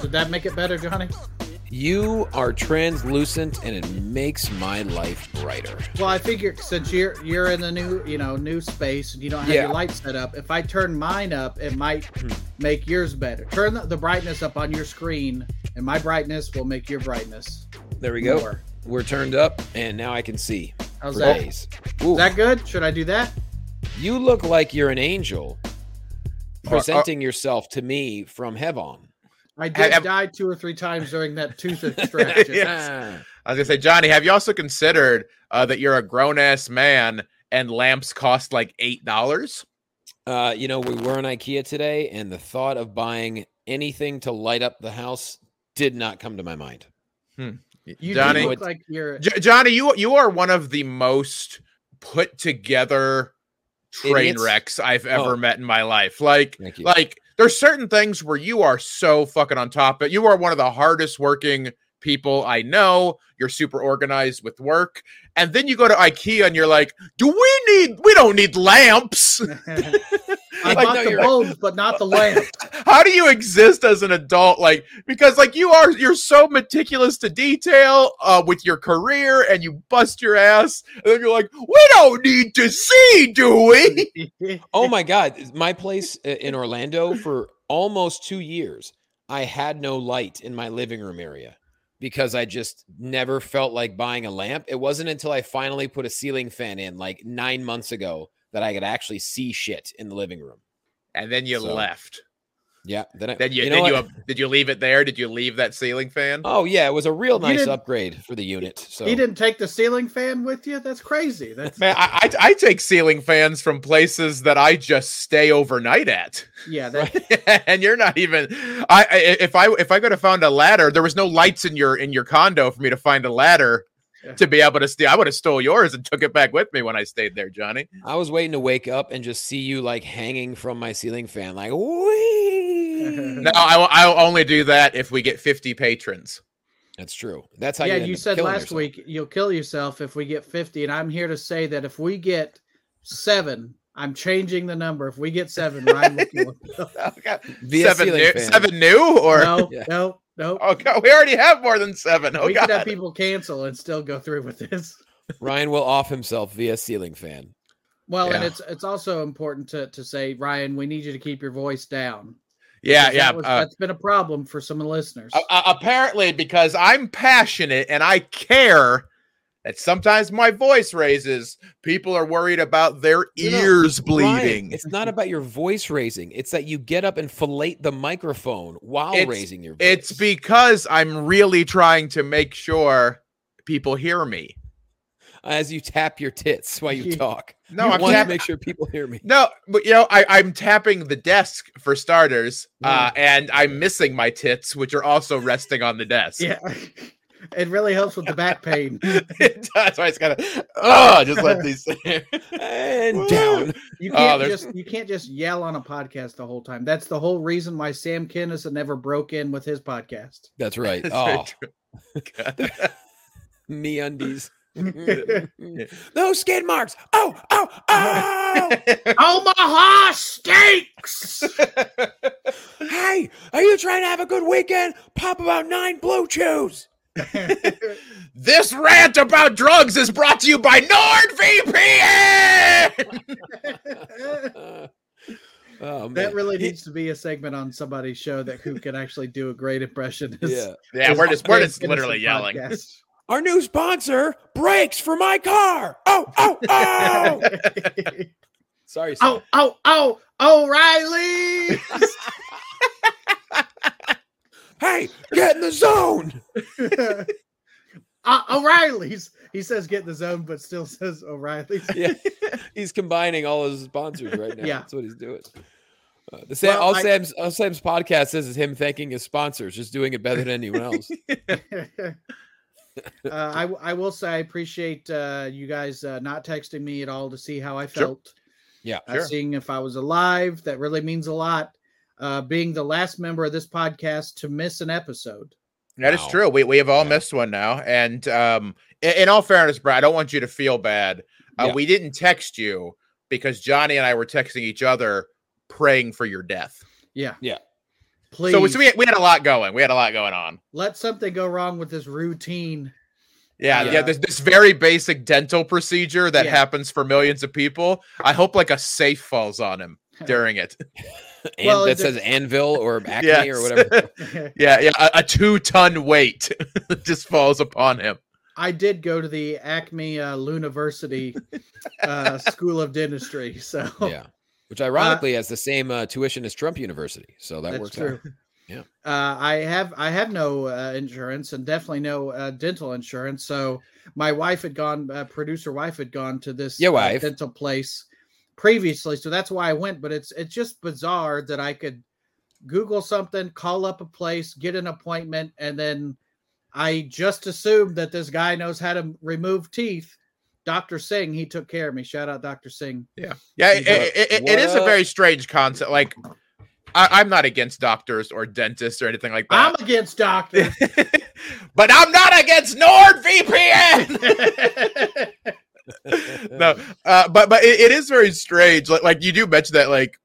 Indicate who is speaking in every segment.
Speaker 1: Did that make it better, Johnny?
Speaker 2: You are translucent and it makes my life brighter.
Speaker 1: Well, I figure since you're you're in the new you know new space and you don't have
Speaker 2: Yeah.
Speaker 1: your light set up, if I turn mine up, it might make yours better. Turn the, the brightness up on your screen, and my brightness will make your brightness.
Speaker 2: There we go.
Speaker 1: More.
Speaker 2: We're turned up and now I can see.
Speaker 1: How's
Speaker 2: for
Speaker 1: that?
Speaker 2: days. Ooh,
Speaker 1: Is that good? Should I do that?
Speaker 2: you look like you're an angel uh,
Speaker 3: Or- or-
Speaker 2: presenting yourself to me from heaven.
Speaker 1: I did
Speaker 3: have-
Speaker 1: die two or three times during that tooth extraction.
Speaker 3: Yeah.
Speaker 2: Ah,
Speaker 3: I was gonna say, Johnny, have you also considered uh, that you're a grown ass man and lamps cost like eight dollars?
Speaker 2: Uh, you know, we were in IKEA today and the thought of buying anything to light up the house did not come to my mind.
Speaker 1: You
Speaker 3: Johnny,
Speaker 1: do look like you're.
Speaker 3: J- Johnny, you you are one of the most put together train
Speaker 2: Idiots?
Speaker 3: wrecks I've ever
Speaker 2: Oh.
Speaker 3: met in my life. Like,
Speaker 2: Thank you.
Speaker 3: like there's certain things where you are so fucking on top. But you are one of the hardest working people I know. You're super organized with work, and then you go to IKEA and you're like, "Do we need? We don't need lamps."
Speaker 1: I
Speaker 3: Like,
Speaker 1: bought
Speaker 2: no,
Speaker 1: the
Speaker 2: you're right.
Speaker 1: bulbs, but not the lamp.
Speaker 3: how do you exist as an adult like because like you are you're so meticulous to detail uh with your career and you bust your ass and then you're like we don't need to see do we
Speaker 2: Oh my God. My place i- in Orlando for almost two years, I had no light in my living room area because I just never felt like buying a lamp. It wasn't until I finally put a ceiling fan in like nine months ago that I could actually see shit in the living room.
Speaker 3: and then you
Speaker 2: So-
Speaker 3: left
Speaker 2: Yeah. Then, I,
Speaker 3: then you,
Speaker 2: you know
Speaker 3: then you
Speaker 2: what?
Speaker 3: up did you leave it there did you leave that ceiling fan
Speaker 2: Oh, yeah. It was a real
Speaker 1: You
Speaker 2: nice
Speaker 1: didn't-
Speaker 2: upgrade for the unit. So
Speaker 1: He didn't take the ceiling fan with you. That's crazy. That's
Speaker 3: man I, I i take ceiling fans from places that i just stay overnight at
Speaker 1: yeah. That,
Speaker 3: and you're not even I, I if i if i could have found a ladder there was no lights in your in your condo for me to find a ladder
Speaker 1: Yeah.
Speaker 3: to be able to steal i would have stole yours and took it back with me when i stayed there johnny
Speaker 1: Mm-hmm.
Speaker 2: I was waiting to wake up and just see you like hanging from my ceiling fan, like, wee.
Speaker 3: no I, i'll only do that if we get 50 patrons
Speaker 2: That's true. That's how
Speaker 1: yeah,
Speaker 2: you, end
Speaker 1: you
Speaker 2: up
Speaker 1: said
Speaker 2: killing
Speaker 1: last
Speaker 2: yourself.
Speaker 1: week you'll kill yourself if we get 50. And I'm here to say that if we get seven, I'm changing the number. If we get seven, Ryan will kill himself.
Speaker 2: Via
Speaker 3: seven
Speaker 2: ceiling
Speaker 3: new,
Speaker 2: fan.
Speaker 3: seven new or
Speaker 1: Oh, No,
Speaker 2: Yeah.
Speaker 1: no, no.
Speaker 3: oh god we already have more than seven. Oh
Speaker 1: we
Speaker 3: god
Speaker 1: could have people cancel and still go through with this.
Speaker 2: Ryan will off himself via ceiling fan.
Speaker 1: Well, and
Speaker 3: Yeah.
Speaker 1: it's it's also important to to say, Ryan, we need you to keep your voice down.
Speaker 3: yeah
Speaker 1: 'Cause
Speaker 3: yeah
Speaker 1: that was-
Speaker 3: uh, oh,
Speaker 1: that's been a problem for some of the listeners.
Speaker 3: a- a- apparently because i'm passionate and i care that sometimes my voice raises people are worried about their
Speaker 2: You know,
Speaker 3: ears
Speaker 2: Ryan,
Speaker 3: bleeding
Speaker 2: it's not about your voice raising. It's that you get up and fillet the microphone while
Speaker 3: It's-
Speaker 2: raising your voice.
Speaker 3: It's because I'm really trying to make sure people hear me.
Speaker 2: as you tap your tits while you
Speaker 1: You-
Speaker 2: talk.
Speaker 3: No,
Speaker 2: I
Speaker 3: I'm
Speaker 2: want to
Speaker 3: tapping.
Speaker 2: make sure people hear me.
Speaker 3: No, but you know, I, I'm tapping the desk for starters, uh, and I'm missing my tits, which are also resting on the desk.
Speaker 1: yeah. It really helps with the back pain.
Speaker 3: it does. I just gotta, oh, just let these.
Speaker 2: And
Speaker 3: Woo!
Speaker 2: down.
Speaker 1: You
Speaker 3: Oh,
Speaker 1: can't
Speaker 3: there's-
Speaker 1: just you can't just yell on a podcast the whole time. That's the whole reason why Sam Kinison never broke in with his podcast.
Speaker 2: That's right.
Speaker 3: That's very
Speaker 2: oh,
Speaker 3: true.
Speaker 2: me undies.
Speaker 3: Yeah.
Speaker 2: no skin marks. Oh, oh, oh.
Speaker 1: Omaha stinks.
Speaker 2: hey, are you trying to have a good weekend? Pop about nine blue chews.
Speaker 3: this rant about drugs is brought to you by NordVPN.
Speaker 1: that
Speaker 2: Uh, oh, man.
Speaker 1: really
Speaker 2: He-
Speaker 1: needs to be a segment on somebody's show that who can actually do a great impression. is-
Speaker 2: Yeah.
Speaker 3: yeah,
Speaker 1: is
Speaker 3: we're just we're
Speaker 1: Sam
Speaker 3: just literally
Speaker 1: Kinison
Speaker 3: yelling.
Speaker 1: podcast.
Speaker 2: Our new sponsor, brakes for my car. Oh, oh, oh. Sorry. Sam.
Speaker 1: oh, oh, oh, O'Reilly.
Speaker 3: Hey, get in the zone.
Speaker 1: Uh, O'Reilly's. He says get in the zone, but still says O'Reilly's.
Speaker 2: yeah, he's combining all his sponsors right now.
Speaker 1: Yeah.
Speaker 2: That's what he's doing. Uh, the Sam,
Speaker 1: Well,
Speaker 2: all,
Speaker 1: I-
Speaker 2: Sam's, all Sam's podcast is is him thanking his sponsors, just doing it better than anyone else.
Speaker 1: uh, I, w- I will say I appreciate uh, you guys uh, not texting me at all to see how I
Speaker 3: Sure.
Speaker 1: felt.
Speaker 2: Yeah.
Speaker 1: Uh,
Speaker 3: Sure.
Speaker 1: Seeing if I was alive, that really means a lot. Uh, being the last member of this podcast to miss an episode.
Speaker 3: That is
Speaker 2: Wow.
Speaker 3: true. We we have all
Speaker 2: Yeah.
Speaker 3: missed one now, and um, i- in, all fairness, Brad, I don't want you to feel bad. Uh,
Speaker 2: Yeah.
Speaker 3: We didn't text you because Johnny and I were texting each other, praying for your death.
Speaker 1: Yeah.
Speaker 2: Yeah.
Speaker 1: Please
Speaker 3: So, so we we had a lot going. We had a lot going on.
Speaker 1: let something go wrong with this routine.
Speaker 3: Yeah, yeah.
Speaker 1: Yeah.
Speaker 3: This this very basic dental procedure that
Speaker 1: Yeah.
Speaker 3: happens for millions of people. I hope like a safe falls on him during it.
Speaker 2: And
Speaker 1: Well,
Speaker 2: that
Speaker 1: the-
Speaker 2: says anvil or acne
Speaker 3: Yes.
Speaker 2: or whatever.
Speaker 3: yeah, yeah. A, a two ton weight just falls upon him.
Speaker 1: I did go to the Acme uh, Luniversity uh, School of Dentistry. So
Speaker 2: Yeah. Which ironically has the same uh, tuition as Trump University. So that
Speaker 1: Uh, that's
Speaker 2: works
Speaker 1: true.
Speaker 2: out. Yeah.
Speaker 1: Uh, I have I have no uh, insurance and definitely no uh, dental insurance. So my wife had gone, uh, producer wife had gone to this
Speaker 2: Your
Speaker 1: uh,
Speaker 2: wife.
Speaker 1: dental place previously. So that's why I went. But it's it's just bizarre that I could Google something, call up a place, get an appointment, and then I just assumed that this guy knows how to remove teeth. Dr. Singh, he took care of me. Shout out Dr. Singh.
Speaker 3: Yeah,
Speaker 1: He's
Speaker 3: it, it, it- it is a
Speaker 2: what?
Speaker 3: very strange concept. Like, I, I'm not against doctors or dentists or anything like
Speaker 1: I'm
Speaker 3: that,
Speaker 1: against doctors.
Speaker 3: but I'm not against NordVPN. no, uh, but but it, it is very strange. Like, like you do mention that, like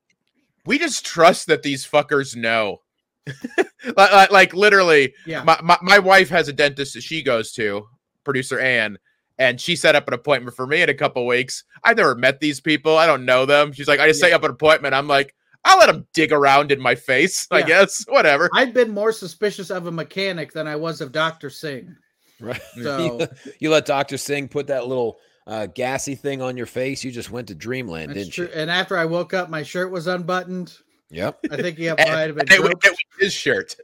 Speaker 3: we just trust that these fuckers know. like, like, like literally,
Speaker 1: Yeah.
Speaker 3: my, my my wife has a dentist that she goes to, producer Ann, and she set up an appointment for me in a couple weeks. I've never met these people. I don't know them. She's like, I just set up an appointment. I'm like, I'll let them dig around in my face. I
Speaker 1: Yeah.
Speaker 3: guess whatever.
Speaker 1: I'd been more suspicious of a mechanic than I was of Dr. Singh.
Speaker 2: Right.
Speaker 1: So
Speaker 2: you let Dr. Singh put that little uh, gassy thing on your face. You just went to dreamland,
Speaker 1: that's
Speaker 2: didn't
Speaker 1: true.
Speaker 2: you?
Speaker 1: And after I woke up, my shirt was unbuttoned.
Speaker 2: Yep.
Speaker 1: I think he
Speaker 3: And-
Speaker 1: might have been.
Speaker 3: and it was-
Speaker 1: groped.
Speaker 3: it was his shirt.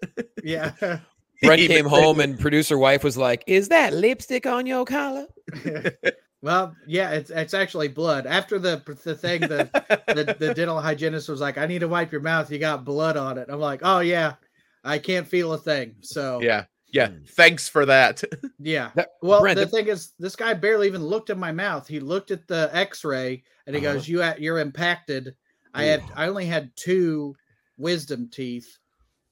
Speaker 1: Yeah.
Speaker 2: Brent
Speaker 3: Even
Speaker 2: came home and producer wife was like, Is that lipstick on your collar?
Speaker 1: well, yeah, it's it's actually blood. After the the thing, the, the the dental hygienist was like, "I need to wipe your mouth. You got blood on it." I'm like, "Oh yeah, I can't feel a thing." So
Speaker 3: Yeah, yeah. Thanks for that.
Speaker 1: yeah.
Speaker 2: That-
Speaker 1: Well,
Speaker 2: Brent,
Speaker 1: the
Speaker 2: that-
Speaker 1: thing is, this guy barely even looked in my mouth. He looked at the X-ray and he
Speaker 2: Uh-huh.
Speaker 1: goes, "You at, you're impacted." I had I only had two wisdom teeth.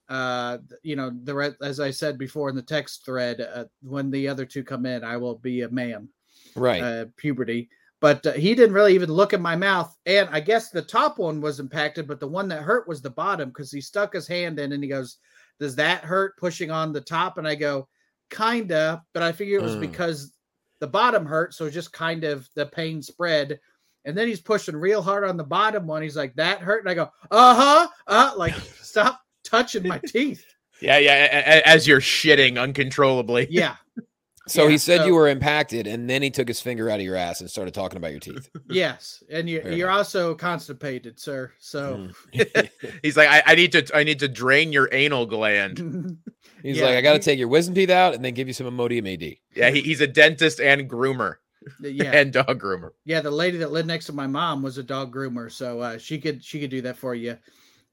Speaker 1: Uh, th- you know, the re- as I said before in the text thread, uh, when the other two come in, I will be a man.
Speaker 2: Right.
Speaker 1: Uh, puberty. But uh, he didn't really even look in my mouth, and I guess the top one was impacted, but the one that hurt was the bottom because he stuck his hand in and he goes, "Does that hurt?" Pushing on the top, and I go, "Kinda," but I figure it was
Speaker 2: Mm.
Speaker 1: because the bottom hurt, so just kind of the pain spread. And then he's pushing real hard on the bottom one. He's like, "That hurt," and I go, "Uh huh," uh, like stop touching my teeth.
Speaker 3: Yeah, yeah. a- a- As you're shitting uncontrollably.
Speaker 1: Yeah,
Speaker 2: so
Speaker 1: yeah,
Speaker 2: he said
Speaker 1: so-
Speaker 2: you were impacted, and then he took his finger out of your ass and started talking about your teeth.
Speaker 1: yes, and you,
Speaker 2: Fair
Speaker 1: you're also constipated, sir. So.
Speaker 2: Mm.
Speaker 3: He's like, I, I need to, I need to drain your anal gland.
Speaker 2: Mm. He's
Speaker 1: Yeah,
Speaker 2: like, I got to
Speaker 1: he-
Speaker 2: take your wisdom teeth out and then give you some Imodium AD.
Speaker 3: Yeah, he, he's a dentist and groomer
Speaker 1: Yeah,
Speaker 3: and dog groomer.
Speaker 1: Yeah, the lady that lived next to my mom was a dog groomer, so uh, she could she could do that for you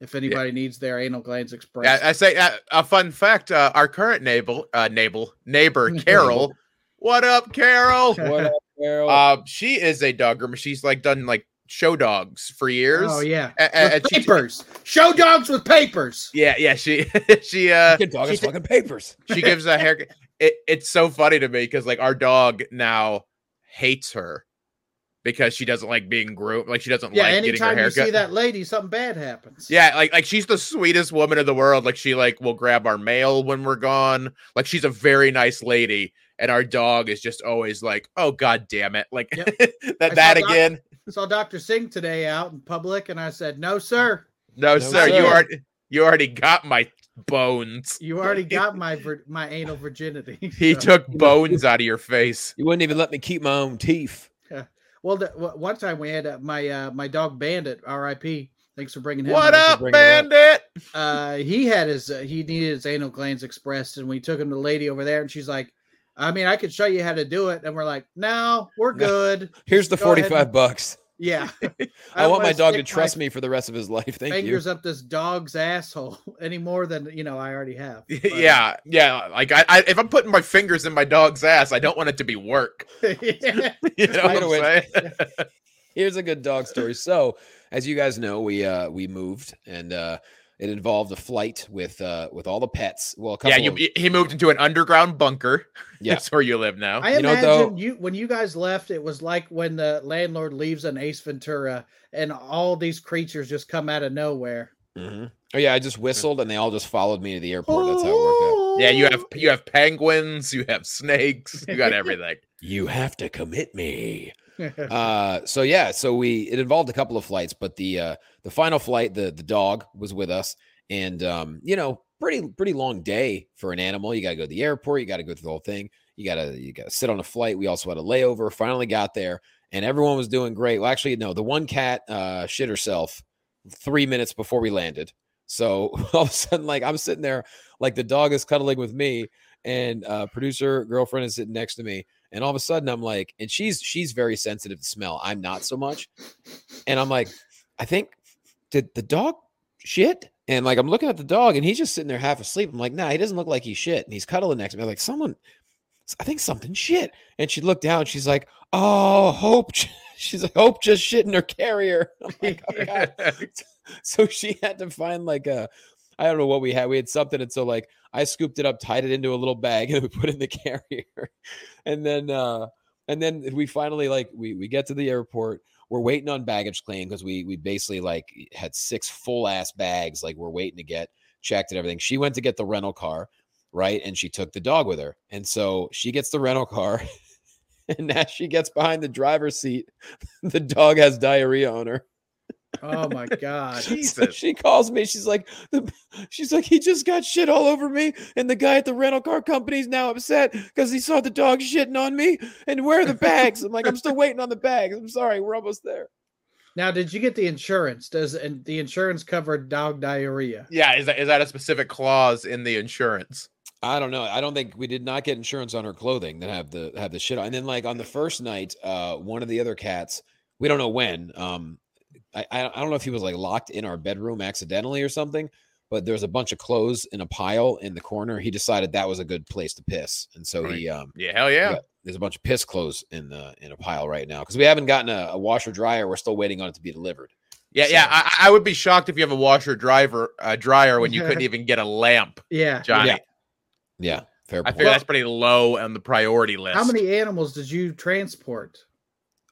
Speaker 1: if anybody needs their anal glands
Speaker 3: Yeah,
Speaker 1: expressed.
Speaker 3: I say uh, a fun fact. Uh, our current neighbor, uh, neighbor, neighbor, Carol. what up, Carol?
Speaker 2: What up, Carol?
Speaker 3: uh, she is a dog groomer. She's like done like show dogs for years.
Speaker 1: oh yeah,
Speaker 3: A- a-
Speaker 1: With
Speaker 3: and she-
Speaker 1: papers. Show dogs with papers.
Speaker 3: yeah, yeah. She, she, uh,
Speaker 2: Fucking dog
Speaker 3: she
Speaker 2: has
Speaker 3: t-
Speaker 2: fucking papers.
Speaker 3: she gives a hair. It, it's so funny to me because like our dog now hates her because she doesn't like being groomed. Like she doesn't
Speaker 1: Yeah,
Speaker 3: like getting her
Speaker 1: anytime you
Speaker 3: haircut.
Speaker 1: see that lady, something bad happens.
Speaker 3: Yeah, like like she's the sweetest woman in the world. Like she like will grab our mail when we're gone. Like she's a very nice lady, and our dog is just always like, "Oh god damn it!" Like
Speaker 1: Yep.
Speaker 3: that
Speaker 1: saw
Speaker 3: that
Speaker 1: Doc-
Speaker 3: again.
Speaker 1: Saw Doctor Singh today out in public, and I said, "No, sir,
Speaker 3: No, sir, you
Speaker 2: sir.
Speaker 3: already you already got my bones.
Speaker 1: you already got my vir- my anal virginity."
Speaker 3: He
Speaker 1: So-
Speaker 3: took bones out of your face.
Speaker 2: You wouldn't even let me keep my own teeth.
Speaker 1: Well, the, w- one time we had uh, my uh, my dog Bandit, R.I.P. Thanks for bringing him.
Speaker 3: What
Speaker 1: up.
Speaker 3: up,
Speaker 2: bring it up.
Speaker 3: bandit?
Speaker 1: uh, he had his uh, he needed his anal glands expressed, and we took him to the lady over there, and she's like, "I mean, I could show you how to do it," and we're like, "No, we're
Speaker 2: No.
Speaker 1: good."
Speaker 2: Here's the
Speaker 1: Go ahead.
Speaker 2: 45 bucks.
Speaker 1: Yeah,
Speaker 2: I, want my
Speaker 1: wanna
Speaker 2: dog to
Speaker 1: stick
Speaker 2: trust me for the rest of his life. Thank
Speaker 1: fingers
Speaker 2: you.
Speaker 1: up this dog's asshole any more than you know I already have. But-
Speaker 3: yeah, yeah. Like I, I, if I'm putting my fingers in my dog's ass, I don't want it to be work.
Speaker 1: yeah.
Speaker 3: You know what
Speaker 2: Right
Speaker 3: I'm
Speaker 2: away.
Speaker 3: saying?
Speaker 2: Here's a good dog story. So, as you guys know, we uh we moved and uh it involved a flight with uh with all the pets. Well, a couple
Speaker 3: Yeah, you,
Speaker 2: of-
Speaker 3: y- he moved into an underground bunker.
Speaker 2: Yeah.
Speaker 3: That's where you live now.
Speaker 1: I
Speaker 2: You know,
Speaker 1: imagine
Speaker 2: though-
Speaker 1: you when you guys left, it was like when the landlord leaves an Ace Ventura, and all these creatures just come out of nowhere.
Speaker 2: Mhm. Oh yeah, I just whistled and they all just followed me to the airport. That's how it worked out.
Speaker 3: yeah, you have you have penguins, you have snakes, you got everything.
Speaker 2: You have to commit me.
Speaker 1: have.
Speaker 2: Uh, so yeah, so we it involved a couple of flights, but the uh, the final flight, the the dog was with us, and um, you know, pretty pretty long day for an animal. You got to go to the airport, you got to go through the whole thing, you gotta you gotta sit on a flight. We also had a layover. Finally got there, and everyone was doing great. Well, actually, no, the one cat uh, shit herself three minutes before we landed. So all of a sudden, like I'm sitting there, like the dog is cuddling with me, and uh, producer girlfriend is sitting next to me, and all of a sudden I'm like, and she's she's very sensitive to smell. I'm not so much. And I'm like, I think did the dog shit? And like I'm looking at the dog and he's just sitting there half asleep. I'm like, nah, he doesn't look like he shit. And he's cuddling next to me. I'm like, someone I think something shit. And she looked down, she's like, Oh, hope j- she's like, Hope just shit in her carrier. I'm like, oh God so she had to find like a I don't know what we had. We had something, and so like I scooped it up, tied it into a little bag, and we put it in the carrier. And then uh and then we finally like we we get to the airport. We're waiting on baggage claim because we we basically like had six full ass bags, like we're waiting to get checked and everything. She went to get the rental car, right? And she took the dog with her. And so she gets the rental car. And as she gets behind the driver's seat, the dog has diarrhea on her.
Speaker 1: oh my god!
Speaker 2: So
Speaker 3: Jesus.
Speaker 2: she calls me. She's like, the, she's like, he just got shit all over me, and the guy at the rental car company's now upset because he saw the dog shitting on me. And where are the bags? I'm like, I'm still waiting on the bags. I'm sorry, we're almost there.
Speaker 1: Now, did you get the insurance? Does and the insurance cover dog diarrhea?
Speaker 3: Yeah, is that is that a specific clause in the insurance?
Speaker 2: I don't know. I don't think we did not get insurance on her clothing that have the have the shit on. And then like on the first night, uh, one of the other cats, we don't know when. Um, I I I don't know if he was like locked in our bedroom accidentally or something, but there was a bunch of clothes in a pile in the corner. He decided that was a good place to piss, and so he um
Speaker 3: Yeah, hell yeah.
Speaker 2: Yeah. there's a bunch of piss clothes in the in a pile right now because we haven't gotten a, a washer dryer. We're still waiting on it to be delivered.
Speaker 3: Yeah, yeah.
Speaker 2: So-
Speaker 3: I, I would be shocked if you have a washer driver uh, dryer when you couldn't even get a lamp,
Speaker 1: Yeah.
Speaker 3: Johnny.
Speaker 2: Yeah, Yeah, fair
Speaker 3: I
Speaker 2: point.
Speaker 3: figure that's pretty low on the priority list.
Speaker 1: How many animals did you transport?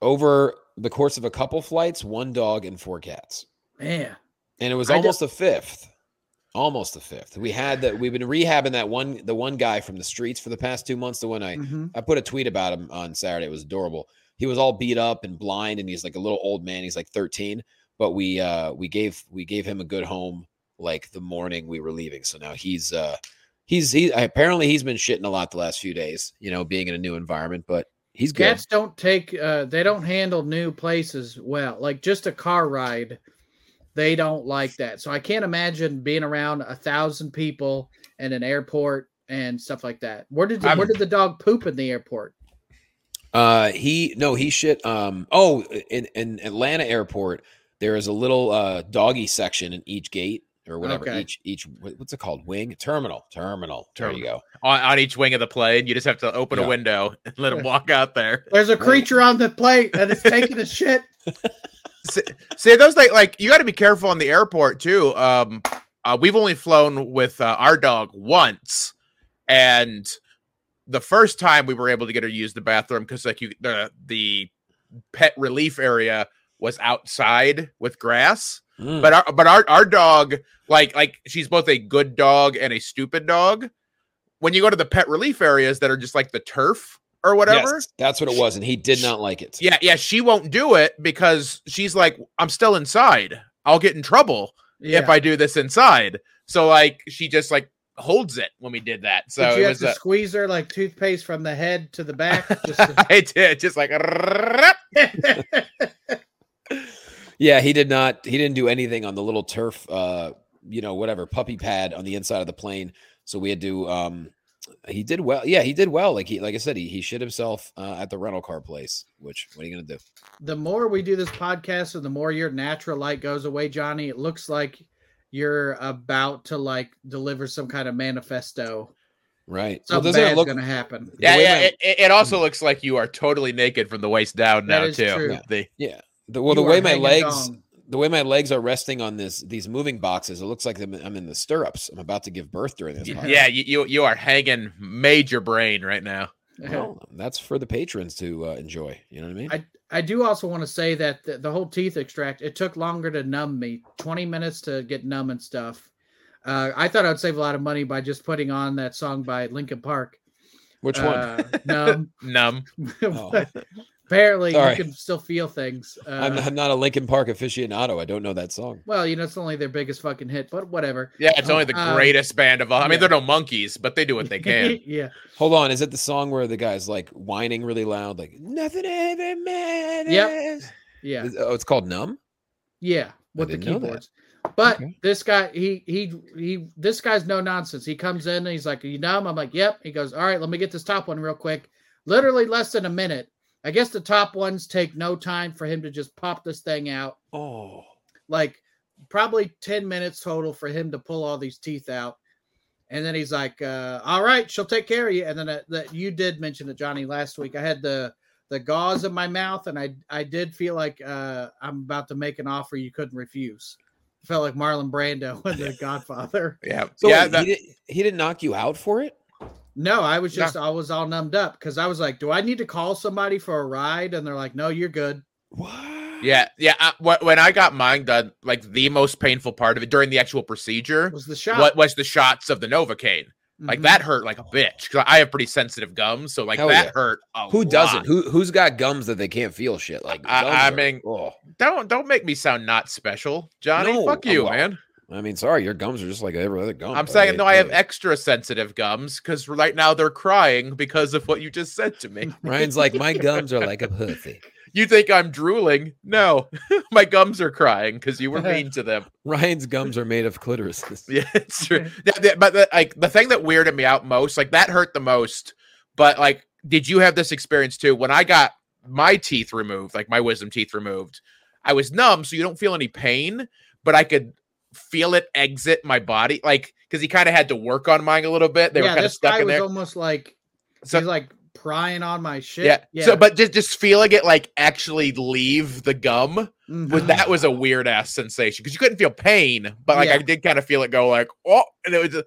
Speaker 2: Over the course of a couple flights, one dog and four cats.
Speaker 1: Man,
Speaker 2: and it was
Speaker 1: I don't-
Speaker 2: almost a fifth almost a fifth we had that we've been rehabbing that one the one guy from the streets for the past two months the one i
Speaker 1: Mhm.
Speaker 2: i put a tweet about him on saturday it was adorable he was all beat up and blind and he's like a little old man he's like 13 but we uh we gave we gave him a good home like the morning we were leaving so now he's uh he's he apparently he's been shitting a lot the last few days you know being in a new environment but he's good
Speaker 1: cats don't take. Uh, they don't handle new places well. Like just a car ride, they don't like that. So I can't imagine being around a thousand people and an airport and stuff like that. Where did
Speaker 3: I'm-
Speaker 1: where did the dog poop in the airport?
Speaker 2: Uh, he no, he shit. Um, oh, in in Atlanta airport, there is a little uh doggy section in each gate or whatever.
Speaker 1: Okay.
Speaker 2: Each each what- what's it called? Wing terminal, terminal. There you go.
Speaker 3: on, on each wing of the plane? You just have to open
Speaker 2: Yeah.
Speaker 3: a window and let him walk out there.
Speaker 1: There's a
Speaker 2: Right.
Speaker 1: creature on the plate and it's taking a shit.
Speaker 3: See, those like like you got to be careful on the airport too. Um, uh, we've only flown with uh, our dog once, and the first time we were able to get her to use the bathroom because like you the the pet relief area was outside with grass.
Speaker 2: Mm.
Speaker 3: But our but our our dog like like she's both a good dog and a stupid dog. When you go to the pet relief areas that are just like the turf or whatever,
Speaker 2: Yes, that's what it was, and he did not like it.
Speaker 3: yeah, yeah, she won't do it because she's like, I'm still inside. I'll get in trouble
Speaker 1: Yeah.
Speaker 3: if I do this inside. So like, she just like holds it when we did that. So
Speaker 1: did you
Speaker 3: it
Speaker 1: have
Speaker 3: was.
Speaker 1: to
Speaker 3: A,
Speaker 1: squeeze her like toothpaste from the head to the back? Just
Speaker 3: I did just like.
Speaker 1: to-
Speaker 2: Yeah, he did not. He didn't do anything on the little turf uh you know, whatever puppy pad on the inside of the plane. So we had to. Um, he did well. Yeah, he did well. Like he, like I said, he he shit himself uh, at the rental car place. Which what are you gonna do?
Speaker 1: The more we do this podcast, and the more your natural light goes away, Johnny. It looks like you're about to like deliver some kind of manifesto.
Speaker 2: Right.
Speaker 1: Something
Speaker 2: doesn't it
Speaker 1: bad's
Speaker 2: look-
Speaker 1: going to happen.
Speaker 3: Yeah,
Speaker 2: way
Speaker 3: yeah.
Speaker 2: my-
Speaker 3: It, it it also looks like you are totally naked from the waist down
Speaker 1: That
Speaker 3: now
Speaker 1: is
Speaker 3: too.
Speaker 1: true.
Speaker 3: The-
Speaker 2: Yeah. The, well, the
Speaker 1: You are
Speaker 2: way my
Speaker 1: hanging
Speaker 2: legs,
Speaker 1: dong.
Speaker 2: the way my legs are resting on this these moving boxes, it looks like I'm I'm in the stirrups. I'm about to give birth during this.
Speaker 3: yeah,
Speaker 2: podcast.
Speaker 3: you, you you are hanging major brain right now.
Speaker 2: Well, that's for the patrons to uh, enjoy. You know what I mean?
Speaker 1: I do also want to say that the, the whole teeth extract it took longer to numb me 20 minutes to get numb and stuff. Uh, I thought I'd save a lot of money by just putting on that song by Linkin Park.
Speaker 2: Which one?
Speaker 1: Uh, numb.
Speaker 3: Numb.
Speaker 2: Oh.
Speaker 1: Apparently,
Speaker 2: Sorry.
Speaker 1: you can still feel things. Uh,
Speaker 2: I'm, I'm not a Linkin Park aficionado. I don't know that song.
Speaker 1: well, you know, it's only their biggest fucking hit, but whatever.
Speaker 3: Yeah, it's only the
Speaker 1: Um,
Speaker 3: greatest band of all. I mean,
Speaker 1: yeah.
Speaker 3: they're no monkeys, but they do what they can.
Speaker 1: yeah.
Speaker 2: Hold on, is it the song where the guy's like whining really loud, like nothing ever matters?
Speaker 1: Yeah.
Speaker 2: Is- Oh, it's called Numb.
Speaker 1: Yeah. With the
Speaker 2: didn't know that.
Speaker 1: keyboards. But
Speaker 2: Okay.
Speaker 1: this guy, he he he this guy's no nonsense. He comes in and he's like, You numb? I'm like, Yep. He goes, All right, let me get this top one real quick. Literally less than a minute. I guess the top ones take no time for him to just pop this thing out.
Speaker 2: Oh,
Speaker 1: Like probably 10 minutes total for him to pull all these teeth out. And then he's like, uh, all right, she'll take care of you. And then uh, that you did mention it, Johnny, last week. I had the the gauze in my mouth, and I I did feel like uh, I'm about to make an offer you couldn't refuse. Felt like Marlon Brando in The Godfather.
Speaker 3: Yeah,
Speaker 2: so
Speaker 3: yeah.
Speaker 2: wait,
Speaker 3: that-
Speaker 2: he, did, he didn't knock you out for it.
Speaker 1: No, I was
Speaker 3: No.
Speaker 1: just I was all numbed up because I was like, do I need to call somebody for a ride? And they're like, no, you're good.
Speaker 2: What?
Speaker 3: yeah, yeah. I, wh- when I got mine done, like the most painful part of it during the actual procedure
Speaker 1: It was the shot.
Speaker 3: what was the shots of the Novocaine. Like
Speaker 1: Mhm.
Speaker 3: that hurt like a bitch. 'cause I have pretty sensitive gums, so like
Speaker 2: Mm-hmm. Oh. Hell
Speaker 3: that
Speaker 2: yeah.
Speaker 3: hurt. A
Speaker 2: Who doesn't?
Speaker 3: lot.
Speaker 2: Who who's got gums that they can't feel shit? Like
Speaker 3: I-
Speaker 2: gums
Speaker 3: I
Speaker 2: are-
Speaker 3: mean-
Speaker 2: oh.
Speaker 3: Don't don't make me sound not special, Johnny.
Speaker 2: No, oh,
Speaker 3: fuck
Speaker 2: I'm
Speaker 3: you,
Speaker 2: not.
Speaker 3: man.
Speaker 2: I mean, sorry, your gums are just like every other gum.
Speaker 3: I'm
Speaker 2: bro.
Speaker 3: saying
Speaker 2: They-
Speaker 3: no. I have
Speaker 2: they-
Speaker 3: extra sensitive gums because right now they're crying because of what you just said to me.
Speaker 2: Ryan's like my gums are like a pussy.
Speaker 3: You think I'm drooling? No, my gums are crying because you were mean to them.
Speaker 2: Ryan's gums are made of clitorises.
Speaker 3: Yeah, it's true. That- that- but the, like the thing that weirded me out most, like that hurt the most. But like, did you have this experience too? When I got my teeth removed, like my wisdom teeth removed, I was numb, so you don't feel any pain, but I could feel it exit my body, like because he kind of had to work on mine a little bit. They were
Speaker 1: yeah,
Speaker 3: kind of
Speaker 1: this
Speaker 3: stuck
Speaker 1: guy
Speaker 3: in
Speaker 1: was
Speaker 3: there.
Speaker 1: almost like
Speaker 3: So-
Speaker 1: he's like prying on my shit.
Speaker 3: yeah. So, but just just feeling it like actually leave the gum was
Speaker 1: Mhm.
Speaker 3: that was a weird ass sensation because you couldn't feel pain, but like I
Speaker 1: Yeah.
Speaker 3: did kind of feel it go like oh, and it was just,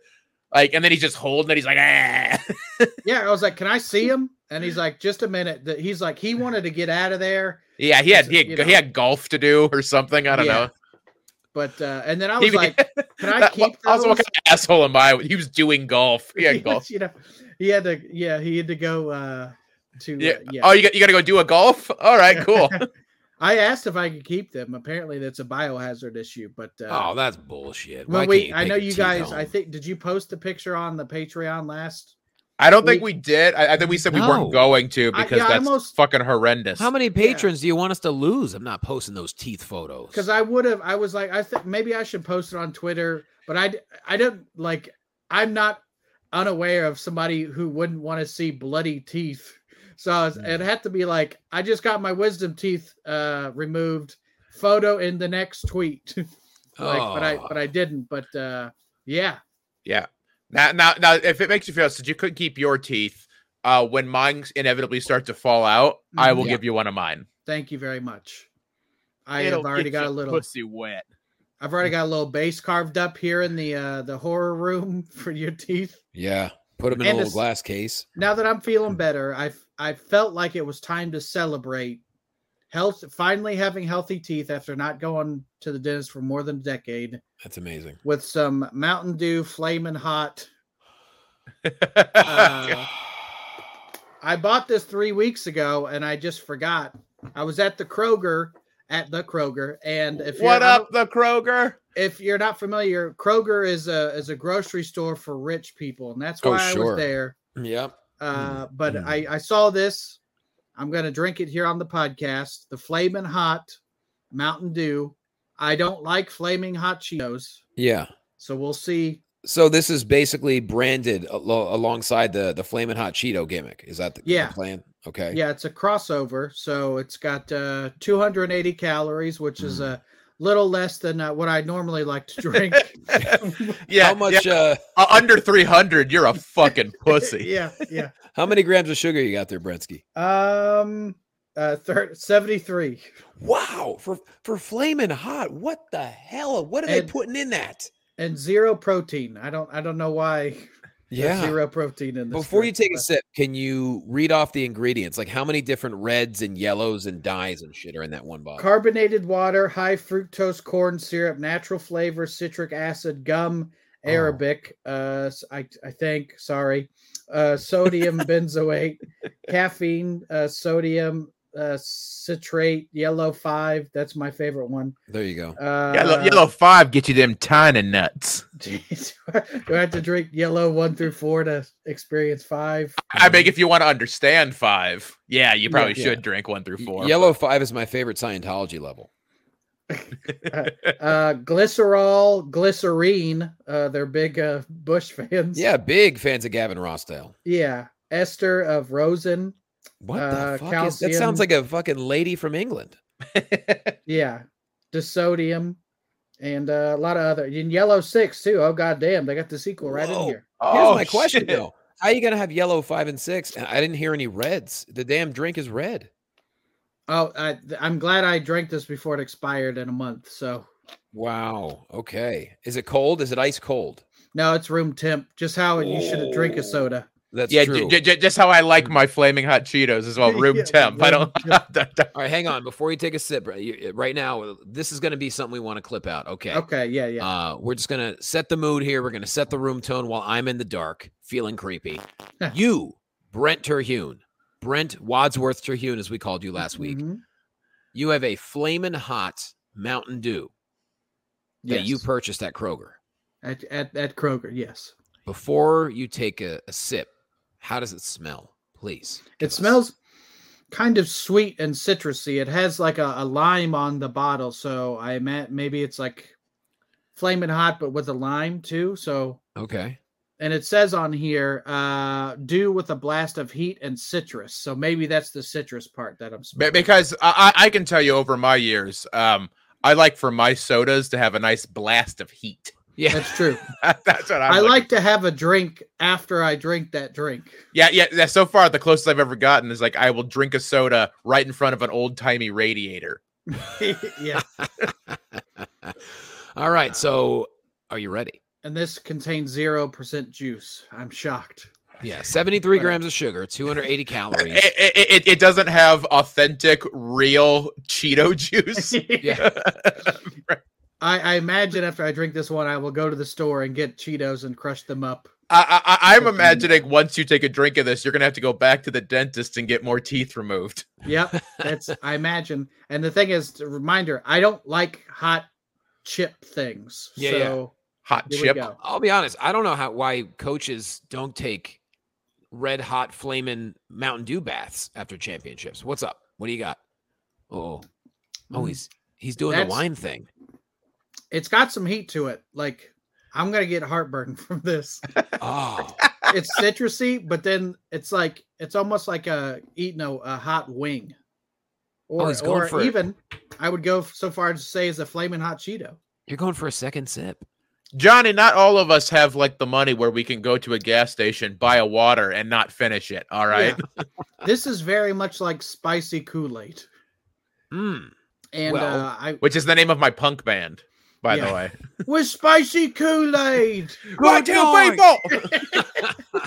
Speaker 3: like, and then he's just holding it. He's like, ah.
Speaker 1: Yeah, I was like, "Can I see him?" And he's like, "Just a minute." That he's like, he wanted to get out of there,
Speaker 3: Yeah, he had he had,
Speaker 1: you
Speaker 3: go- he
Speaker 1: know.
Speaker 3: had golf to do or something. I don't
Speaker 1: Yeah.
Speaker 3: know.
Speaker 1: but uh, and then I
Speaker 3: He-
Speaker 1: was like, "Can I
Speaker 3: that-
Speaker 1: keep those?"
Speaker 3: also, what kind of asshole am I? He was doing golf. Yeah, golf.
Speaker 1: you know, he had to. Yeah, he had to go uh, to. Yeah.
Speaker 3: Yeah.
Speaker 1: Uh, yeah.
Speaker 3: Oh, you got you got to go do a golf. All right, cool.
Speaker 1: I asked if I could keep them. Apparently, that's a biohazard issue. But uh,
Speaker 2: Oh, that's bullshit. Why
Speaker 1: when
Speaker 2: can't
Speaker 1: we,
Speaker 2: you
Speaker 1: I
Speaker 2: take
Speaker 1: know
Speaker 2: your
Speaker 1: you
Speaker 2: teeth
Speaker 1: guys. I
Speaker 2: home?
Speaker 1: think did you post the picture on the Patreon last?
Speaker 3: I don't think
Speaker 1: We-
Speaker 3: we did. I, I think we said we
Speaker 2: No.
Speaker 3: weren't going to
Speaker 1: I-
Speaker 3: because
Speaker 1: yeah, I
Speaker 3: that's
Speaker 1: almost-
Speaker 3: fucking horrendous.
Speaker 2: How many
Speaker 1: Yeah.
Speaker 2: patrons do you want us to lose? I'm not posting those teeth photos.
Speaker 1: Because I would have. I was like, I think maybe I should post it on Twitter, but I d- I don't like. I'm not unaware of somebody who wouldn't want to see bloody teeth. So I was,
Speaker 2: Hmm.
Speaker 1: it had to be like, I just got my wisdom teeth uh, removed. Photo in the next tweet. like, but I
Speaker 2: Oh.
Speaker 1: but I didn't. But uh, yeah,
Speaker 3: Yeah. Now, now, now, if it makes you feel since you couldn't keep your teeth, uh, when mine inevitably start to fall out, I
Speaker 1: Mhm.
Speaker 3: will
Speaker 2: Yeah.
Speaker 3: give you one of mine.
Speaker 1: thank you very much. I
Speaker 3: It'll
Speaker 1: have already
Speaker 3: get
Speaker 1: got a
Speaker 3: your
Speaker 1: little.
Speaker 3: pussy wet.
Speaker 1: I've already got a little base carved up here in the uh, the horror room for your teeth.
Speaker 2: yeah, put them in a
Speaker 1: And
Speaker 2: little
Speaker 1: this-
Speaker 2: glass case.
Speaker 1: now that I'm feeling better, I I felt like it was time to celebrate health. Finally, having healthy teeth after not going to the dentist for more than a decade,
Speaker 2: That's amazing.
Speaker 1: with some Mountain Dew Flamin' Hot.
Speaker 2: Uh,
Speaker 3: God.
Speaker 1: I bought this three weeks ago, and I just forgot. I was at the Kroger at the Kroger, and if
Speaker 3: what
Speaker 1: you're, un-
Speaker 3: up, the Kroger?
Speaker 1: if you're not familiar, Kroger is a is a grocery store for rich people, and that's
Speaker 2: Oh,
Speaker 1: why I
Speaker 2: sure.
Speaker 1: was there.
Speaker 2: Yep.
Speaker 1: Uh, but
Speaker 2: mm.
Speaker 1: I, I saw this. I'm going to drink it here on the podcast. The Flamin' Hot Mountain Dew. I don't like flaming hot Cheetos.
Speaker 2: Yeah.
Speaker 1: So we'll see.
Speaker 2: So this is basically branded alo- alongside the the flaming hot Cheeto gimmick. Is that the, the
Speaker 1: Yeah.
Speaker 2: plan? Okay.
Speaker 1: Yeah, it's a crossover, so it's got uh, 280 calories, which is
Speaker 2: Mm.
Speaker 1: a little less than uh, what I normally like to drink.
Speaker 3: yeah,
Speaker 2: How much? Uh,
Speaker 3: yeah, u- under 300, you're a fucking pussy.
Speaker 1: yeah, yeah.
Speaker 2: how many grams of sugar you got there, Bretsky?
Speaker 1: Um, uh, thir- 73.
Speaker 2: Wow, for for flaming hot. What the hell? What are
Speaker 1: And-
Speaker 2: they putting in that?
Speaker 1: and zero protein. I don't I don't know why there's zero protein in this.
Speaker 2: Before you
Speaker 1: drink,
Speaker 2: take a
Speaker 1: but-
Speaker 2: sip, can you read off the ingredients? Like how many different reds and yellows and dyes and shit are in that one bottle?
Speaker 1: carbonated water, high fructose corn syrup, natural flavor, citric acid, gum,
Speaker 2: Oh.
Speaker 1: arabic, uh s- I I think, sorry. Uh sodium benzoate, caffeine, uh sodium uh citrate, yellow 5, that's my favorite one.
Speaker 2: there you go.
Speaker 1: Uh
Speaker 3: Yellow, yellow five gets you them tiny nuts.
Speaker 1: Jeez, do I have to drink yellow 1 through 4 to experience 5?
Speaker 3: I mean, if you want to understand five, yeah, you probably
Speaker 2: Mm-hmm. yeah.
Speaker 3: should drink one through
Speaker 2: Y-
Speaker 3: four.
Speaker 2: Yellow five is my favorite Scientology level.
Speaker 1: uh, glycerol, glycerine. Uh, they're big uh, Bush fans.
Speaker 2: Yeah, big fans of Gavin Rossdale.
Speaker 1: yeah. Esther of Rosen.
Speaker 2: What
Speaker 1: Uh,
Speaker 2: the fuck is that?
Speaker 1: calcium.
Speaker 2: Sounds like a fucking lady from England.
Speaker 1: Yeah, disodium, and uh, a lot of other. And yellow six too. Oh god damn, they got the sequel right in
Speaker 2: Whoa.
Speaker 1: here.
Speaker 2: Here's
Speaker 3: Oh,
Speaker 2: my question
Speaker 3: shit.
Speaker 2: though: How you gonna have yellow five and six? And I didn't hear any reds. The damn drink is red.
Speaker 1: Oh, I, th- I'm glad I drank this before it expired in a month. So
Speaker 2: Wow. Okay. Is it cold? Is it ice cold?
Speaker 1: no, it's room temp. Just how you should drink a soda.
Speaker 2: That's
Speaker 3: yeah,
Speaker 2: true. Mm.
Speaker 3: j- j- just how I like my flaming hot Cheetos as well. Room
Speaker 1: Yeah,
Speaker 3: temp. I
Speaker 1: room
Speaker 3: don't.
Speaker 2: All right, hang on. Before you take a sip, right, you- right now, this is going to be something we want to clip out. Okay.
Speaker 1: Okay, yeah, yeah.
Speaker 2: Uh, we're just going to set the mood here. We're going to set the room tone while I'm in the dark, feeling creepy. you, Brent Terhune, Brent Wadsworth Terhune, as we called you last week,
Speaker 1: Mhm.
Speaker 2: you have a flaming hot Mountain Dew that you
Speaker 1: Yes.
Speaker 2: purchased at Kroger.
Speaker 1: at, at at Kroger. Yes,
Speaker 2: Before you take a, a sip, how does it smell? Please. give
Speaker 1: It
Speaker 2: us-
Speaker 1: smells kind of sweet and citrusy. It has like a, a lime on the bottle, so I meant maybe it's like flaming hot, but with a lime too. So,
Speaker 2: Okay.
Speaker 1: and it says on here, uh, do with a blast of heat and citrus. So maybe that's the citrus part that I'm
Speaker 3: Be-
Speaker 1: smelling.
Speaker 3: because I, I I can tell you over my years, um, I like for my sodas to have a nice blast of heat.
Speaker 2: Yeah.
Speaker 1: That's true.
Speaker 3: That's what I'm
Speaker 1: I
Speaker 3: looking-
Speaker 1: like to have a drink after I drink that drink.
Speaker 3: Yeah, yeah, yeah. So far, the closest I've ever gotten is like I will drink a soda right in front of an old timey radiator.
Speaker 1: yeah.
Speaker 2: All right. So are you ready?
Speaker 1: And this contains 0% juice. I'm shocked.
Speaker 2: Yeah, 73
Speaker 1: But, uh,
Speaker 2: grams of sugar, 280
Speaker 3: It,
Speaker 2: calories.
Speaker 3: it, it, it doesn't have authentic, real Cheeto juice.
Speaker 2: Yeah.
Speaker 1: I, I imagine after I drink this one, I will go to the store and get Cheetos and crush them up.
Speaker 3: I, I, I- I'm
Speaker 1: Fucking-
Speaker 3: imagining once you take a drink of this, you're gonna have to go back to the dentist and get more teeth removed.
Speaker 1: Yep, that's I imagine. And the thing is, a reminder: I don't like hot chip things.
Speaker 2: Yeah, yeah.
Speaker 1: so
Speaker 3: Hot
Speaker 1: here
Speaker 3: chip.
Speaker 1: we go.
Speaker 2: I'll be honest, I don't know how why coaches don't take red hot flaming Mountain Dew baths after championships. What's up? What do you got? Oh, oh,
Speaker 1: Mm.
Speaker 2: he's he's doing
Speaker 1: That's-
Speaker 2: the wine thing.
Speaker 1: It's got some heat to it. Like I'm gonna get heartburn from this.
Speaker 2: Oh,
Speaker 1: It's citrusy, but then it's like it's almost like a eating a, a hot wing, or
Speaker 2: Oh, he's going
Speaker 1: or
Speaker 2: for it.
Speaker 1: even I would go f- so far as to say is a flaming hot Cheeto.
Speaker 2: you're going for a second sip.
Speaker 3: Johnny, not all of us have like the money where we can go to a gas station, buy a water, and not finish it. All right.
Speaker 1: Yeah. this is very much like spicy Kool Aid,
Speaker 2: Mm.
Speaker 1: and
Speaker 2: Well,
Speaker 1: uh, I
Speaker 3: Which is the name of my punk band, by
Speaker 1: Yeah.
Speaker 3: the way.
Speaker 1: with spicy Kool Aid.
Speaker 2: night.
Speaker 3: Right two people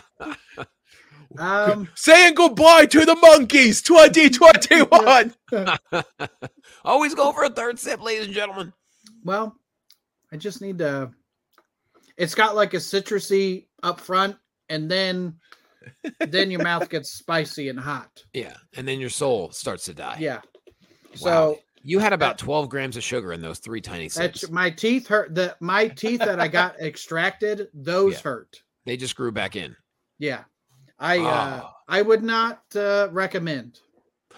Speaker 1: Um,
Speaker 3: saying goodbye to the monkeys 2021.
Speaker 2: Always go for a third sip, ladies and gentlemen.
Speaker 1: well, I just need to. It's got like a citrusy up front, and then then your mouth gets spicy and hot.
Speaker 2: Yeah, and then your soul starts to die.
Speaker 1: Yeah.
Speaker 2: Wow.
Speaker 1: So
Speaker 2: you had about 12 grams of sugar in those three tiny sips.
Speaker 1: that's my teeth hurt. The my teeth that I got extracted, those
Speaker 2: Yeah.
Speaker 1: hurt.
Speaker 2: They just grew back in.
Speaker 1: Yeah. I uh,
Speaker 2: Ah.
Speaker 1: I would not uh, recommend.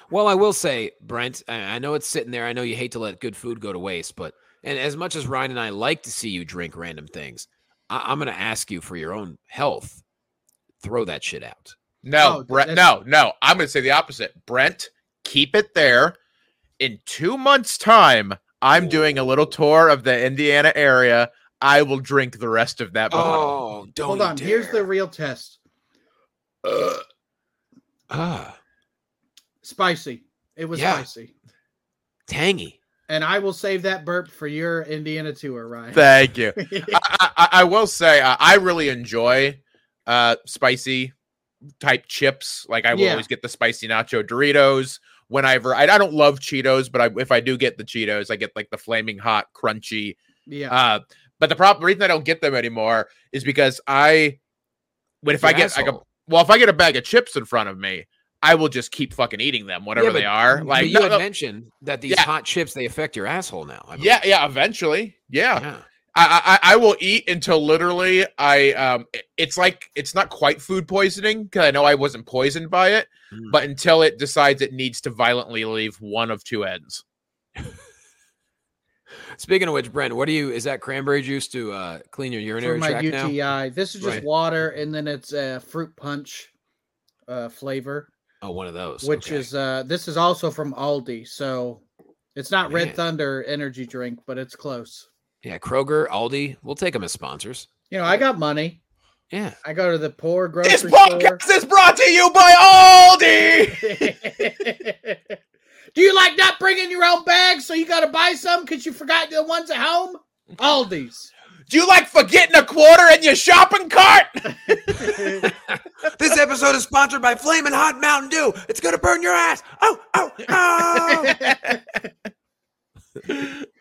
Speaker 2: Well, I will say, Brent, I I know it's sitting there. I know you hate to let good food go to waste, but And as much as Ryan and I like to see you drink random things, I- I'm going to ask you for your own health. Throw that shit out.
Speaker 3: No,
Speaker 1: Oh,
Speaker 3: Brent, no,
Speaker 1: that's-
Speaker 3: no. I'm going to say the opposite. Brent, keep it there. In two months' time, I'm doing a little tour of the Indiana area. I will drink the rest of that bottle.
Speaker 2: Oh, don't.
Speaker 1: Hold on. Here's the
Speaker 2: dare.
Speaker 1: real test.
Speaker 2: ah,
Speaker 1: Spicy. It was
Speaker 2: Yeah.
Speaker 1: spicy.
Speaker 2: tangy.
Speaker 1: And I will save that burp for your Indiana tour, Ryan.
Speaker 3: Thank you. I, I, I will say uh, I really enjoy uh, spicy type chips. Like I will
Speaker 1: Yeah.
Speaker 3: always get the spicy nacho Doritos. Whenever I, I don't love Cheetos, but I, if I do get the Cheetos, I get like the flaming hot, crunchy
Speaker 1: yeah.
Speaker 3: Uh, but the problem reason I don't get them anymore is because I, when if
Speaker 2: You're
Speaker 3: I
Speaker 2: an
Speaker 3: get like a
Speaker 2: asshole.
Speaker 3: well, if I get a bag of chips in front of me, I will just keep fucking eating them, whatever
Speaker 2: Yeah,
Speaker 3: they
Speaker 2: but-
Speaker 3: are.
Speaker 2: but
Speaker 3: Like
Speaker 2: you
Speaker 3: no,
Speaker 2: had
Speaker 3: no-
Speaker 2: mentioned that these
Speaker 3: Yeah.
Speaker 2: hot chips they affect your asshole now. I believe.
Speaker 3: yeah, yeah, eventually, yeah.
Speaker 2: yeah.
Speaker 3: I, I I will eat until literally I um it- it's like it's not quite food poisoning because I know I wasn't poisoned by it,
Speaker 2: Mm.
Speaker 3: but until it decides it needs to violently leave one of two ends.
Speaker 2: Speaking of which, Brent, what do you? Is that cranberry juice to uh, clean your
Speaker 1: for
Speaker 2: urinary
Speaker 1: my
Speaker 2: tract
Speaker 1: UTI.
Speaker 2: now?
Speaker 1: This is just
Speaker 2: Right.
Speaker 1: water, and then it's a fruit punch uh, flavor,
Speaker 2: Oh, one of those.
Speaker 1: which
Speaker 2: Okay.
Speaker 1: is uh, this is also from Aldi. So it's not
Speaker 2: Man.
Speaker 1: Red Thunder energy drink, but it's close.
Speaker 2: yeah, Kroger, Aldi. We'll take them as sponsors.
Speaker 1: You know, I got money.
Speaker 2: Yeah.
Speaker 1: I go to the poor
Speaker 3: This
Speaker 1: grocery store.
Speaker 3: podcast is brought to you by Aldi.
Speaker 1: Do you like not bringing your own bags? So you got to buy some because you forgot the ones at home. Aldi's.
Speaker 3: Do you like forgetting a quarter in your shopping cart?
Speaker 2: This episode is sponsored by Flamin' Hot Mountain Dew. It's gonna burn your ass. Oh, oh, oh.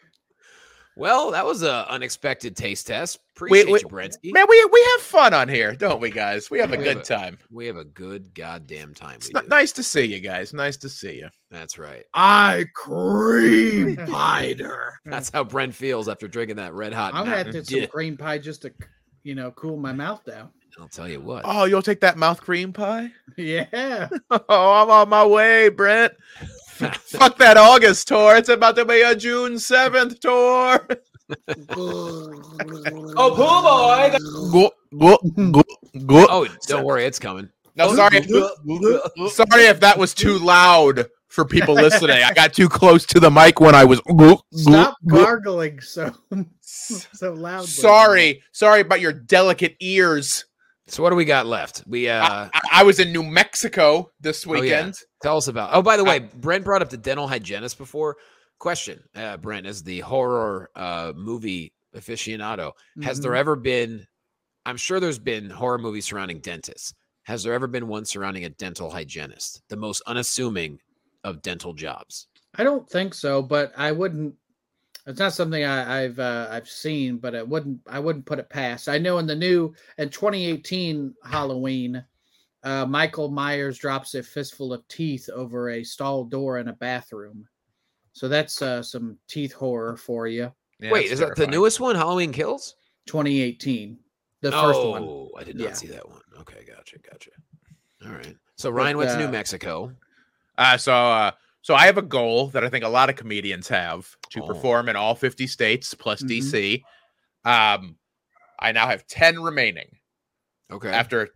Speaker 2: well, that was a unexpected taste test. Appreciate
Speaker 3: wait.
Speaker 2: you, Brensky.
Speaker 3: Man, we we have fun on here, don't we, guys? We have a
Speaker 2: We
Speaker 3: good
Speaker 2: have
Speaker 3: time.
Speaker 2: We have a good goddamn time.
Speaker 3: It's
Speaker 2: We
Speaker 3: n-
Speaker 2: do.
Speaker 3: nice to see you guys. Nice to see you.
Speaker 2: That's right.
Speaker 3: I cream pider.
Speaker 2: That's how Brent feels after drinking that red hot.
Speaker 1: I'm gonna have
Speaker 2: Mountain
Speaker 1: to have
Speaker 2: Dew.
Speaker 1: some green pie just to, you know, cool my mouth down.
Speaker 2: I'll tell you what.
Speaker 3: Oh, you'll take that mouth cream pie?
Speaker 1: Yeah.
Speaker 3: Oh, I'm on my way, Brent. Fuck that August tour. It's about to be a June 7th tour.
Speaker 1: oh, boy.
Speaker 3: Go, go, go, go.
Speaker 2: oh, don't worry, it's coming. Oh,
Speaker 3: No, Oh, sorry. if- sorry if that was too loud for people listening. I got too close to the mic when I was.
Speaker 1: Stop gargling so so loudly.
Speaker 3: Sorry, sorry about your delicate ears.
Speaker 2: So what do we got left? We uh oh,
Speaker 3: I, I was in New Mexico this
Speaker 2: yeah.
Speaker 3: Ah, weekend. Ah.
Speaker 2: tell us about. Oh, by the way, Brent brought up the dental hygienist before. Question, uh, Brent, as the horror uh, movie aficionado, has there e-
Speaker 3: Mm-hmm.
Speaker 1: Mhm.
Speaker 2: ever been? I'm sure there's been horror movies surrounding dentists. Has there ever been one surrounding a dental hygienist, the most unassuming of dental jobs?
Speaker 1: I don't think so, but I wouldn't. It's not something I, I've uh, I've seen, but it wouldn't I wouldn't put it past. I know in the new in 2018 Halloween, uh, Michael Myers drops a fistful of teeth over a stall door in a bathroom. So that's uh, some teeth horror for you.
Speaker 3: Yeah,
Speaker 2: Wait,
Speaker 3: it's
Speaker 2: is that
Speaker 3: terrifying.
Speaker 2: the newest one, Halloween Kills?
Speaker 1: 2018, the first
Speaker 2: oh,
Speaker 1: one.
Speaker 2: I did not
Speaker 1: Yeah.
Speaker 2: see that one. Okay, gotcha, gotcha. All right. So Ryan went to New
Speaker 1: uh,
Speaker 2: Mexico.
Speaker 3: Uh, so, uh, so I have a goal that I think a lot of comedians have to
Speaker 2: Oh.
Speaker 3: perform in all 50 states plus
Speaker 1: Mhm.
Speaker 3: DC. Um, I now have 10 remaining
Speaker 2: Okay.
Speaker 3: after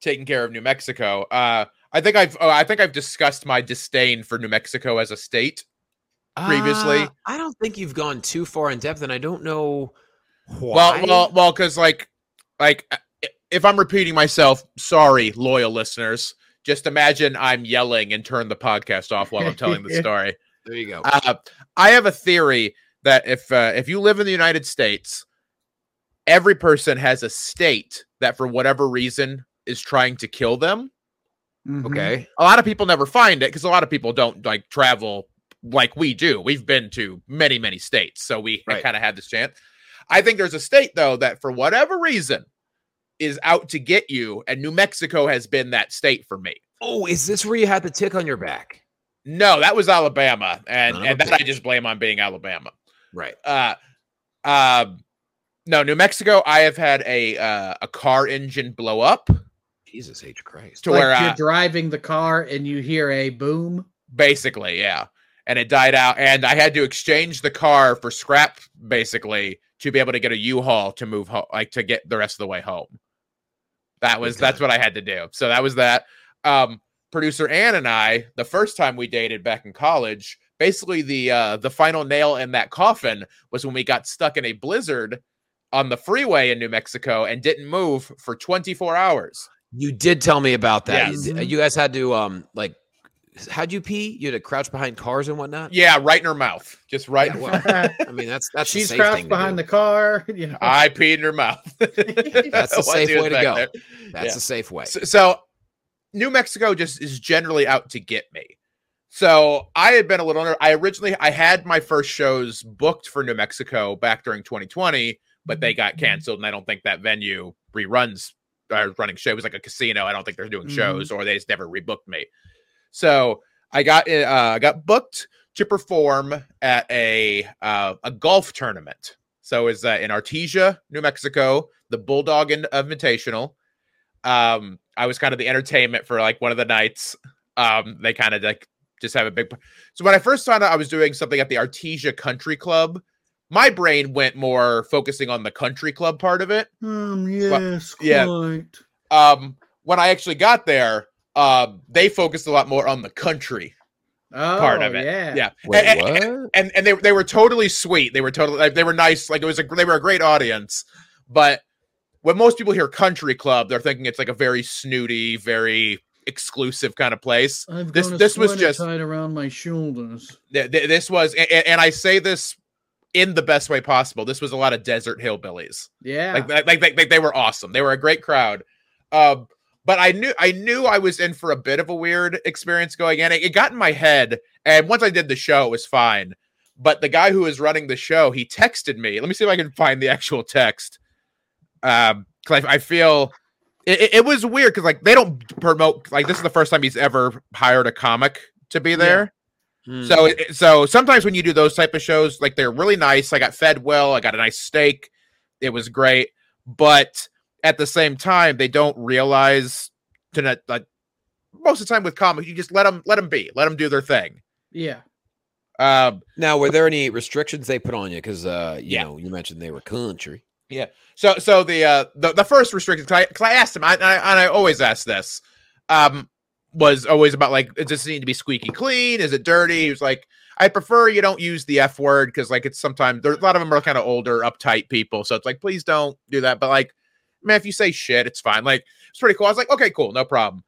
Speaker 3: taking care of New Mexico. Uh, I think I've oh, I think I've discussed my disdain for New Mexico as a state. previously?
Speaker 2: Uh, I don't think you've gone too far in depth, and I don't know why.
Speaker 3: Well, well, well, because like, like uh, i- if I'm repeating myself, sorry, loyal listeners. Just imagine I'm yelling and turn the podcast off while I'm telling the story.
Speaker 2: there you go.
Speaker 3: Uh, I have a theory that if uh, if you live in the United States, every person has a state that, for whatever reason, is trying to kill them.
Speaker 1: Mhm.
Speaker 3: mm-hmm.
Speaker 2: okay.
Speaker 3: A lot of people never find it because a lot of people don't like travel like we do. We've been to many, many states, so we
Speaker 2: Right.
Speaker 3: kind of had this chance. I think there's a state though that, for whatever reason, is out to get you, and New Mexico has been that state for me.
Speaker 2: Oh, is this where you had the tick on your back?
Speaker 3: No, that was Alabama, and
Speaker 2: Son of a
Speaker 3: and that I
Speaker 2: bitch.
Speaker 3: just blame on being Alabama.
Speaker 2: Right.
Speaker 3: uh, um, no, New Mexico. I have had a uh, a car engine blow up
Speaker 2: Jesus H. Christ.
Speaker 3: to
Speaker 1: Like
Speaker 3: where
Speaker 1: you're
Speaker 3: I,
Speaker 1: driving the car and you hear a boom.
Speaker 3: basically, yeah. and it died out. And I had to exchange the car for scrap basically to be able to get a U-Haul to move home, like to get the rest of the way home. That was
Speaker 2: Okay.
Speaker 3: that's what I had to do. So that was that. Um, producer Ann and I, the first time we dated back in college, basically the uh, the final nail in that coffin was when we got stuck in a blizzard on the freeway in New Mexico and didn't move for 24 hours.
Speaker 2: You did tell me about that.
Speaker 1: Yes.
Speaker 2: You, did- you guys had to um like how'd you pee? You had to crouch behind cars and whatnot?
Speaker 3: Yeah, right in her mouth, just right.
Speaker 2: Yeah,
Speaker 3: in-
Speaker 2: well, I mean that's that's the
Speaker 1: She's
Speaker 2: safe
Speaker 1: crouched
Speaker 2: thing
Speaker 1: behind
Speaker 2: to
Speaker 1: the car. You know.
Speaker 3: I peed in her mouth. That's
Speaker 2: the safe way to go. do. That's the safe way.
Speaker 3: So, so New Mexico just is generally out to get me. So I had been a little under. I originally I had my first shows booked for New Mexico back during 2020, but they got canceled, and I don't think that venue reruns or running show. It was like a casino. I don't think they're doing
Speaker 1: Mhm.
Speaker 3: shows, or they just never rebooked me. So I got uh, I got booked to perform at a uh, a golf tournament. So is uh, in Artesia, New Mexico, the Bulldog In- Invitational. Um, I was kind of the entertainment for like one of the nights. Um, they kind of like just have a big. So when I first found out I was doing something at the Artesia Country Club, my brain went more focusing on the country club part of it.
Speaker 1: Hmm, yes,
Speaker 3: yeah.
Speaker 1: quite.
Speaker 3: Um, when I actually got there, uh, they focused a lot more on the country
Speaker 1: Oh,
Speaker 3: part of it.
Speaker 1: Yeah.
Speaker 3: Yeah.
Speaker 2: Wait,
Speaker 3: And-
Speaker 2: what?
Speaker 3: and and they they were totally sweet. They were totally like, they were nice. Like it was a they were a great audience. But when most people hear country club, they're thinking it's like a very snooty, very exclusive kind of place.
Speaker 1: I'm
Speaker 3: This-
Speaker 1: gonna
Speaker 3: this was
Speaker 1: sweater
Speaker 3: just-
Speaker 1: tied around my shoulders.
Speaker 3: Th- th- This was and, and I say this in the best way possible. This was a lot of desert hillbillies.
Speaker 1: Yeah.
Speaker 3: Like like, like, like like they were awesome. They were a great crowd. Um, but I knew I knew I was in for a bit of a weird experience going in. It, it got in my head, and once I did the show, it was fine. But the guy who was running the show, he texted me. Let me see if I can find the actual text. Um, because I, I feel it, it, it was weird because like they don't promote like this is the first time he's ever hired a comic to be there.
Speaker 2: Hmm.
Speaker 3: So it- it- so sometimes when you do those type of shows, like they're really nice. I got fed well. I got a nice steak. It was great. But at the same time, they don't realize to not like most of the time with comics, you just let them let them be, let them do their thing.
Speaker 1: yeah.
Speaker 3: Um,
Speaker 2: now were there any restrictions they put on you? Because uh, you
Speaker 3: Yeah.
Speaker 2: know, you mentioned they were country.
Speaker 3: so so the uh the, the first restriction because I, 'cause I asked him, I, I and I always ask this, um, was always about like does this need to be squeaky clean? Is it dirty? He was like, I prefer you don't use the F word because like it's sometimes there's a lot of them are kind of older, uptight people. So it's like, please don't do that. But like, man, if you say shit, it's fine. Like it's pretty cool. I was like, okay, cool, no problem.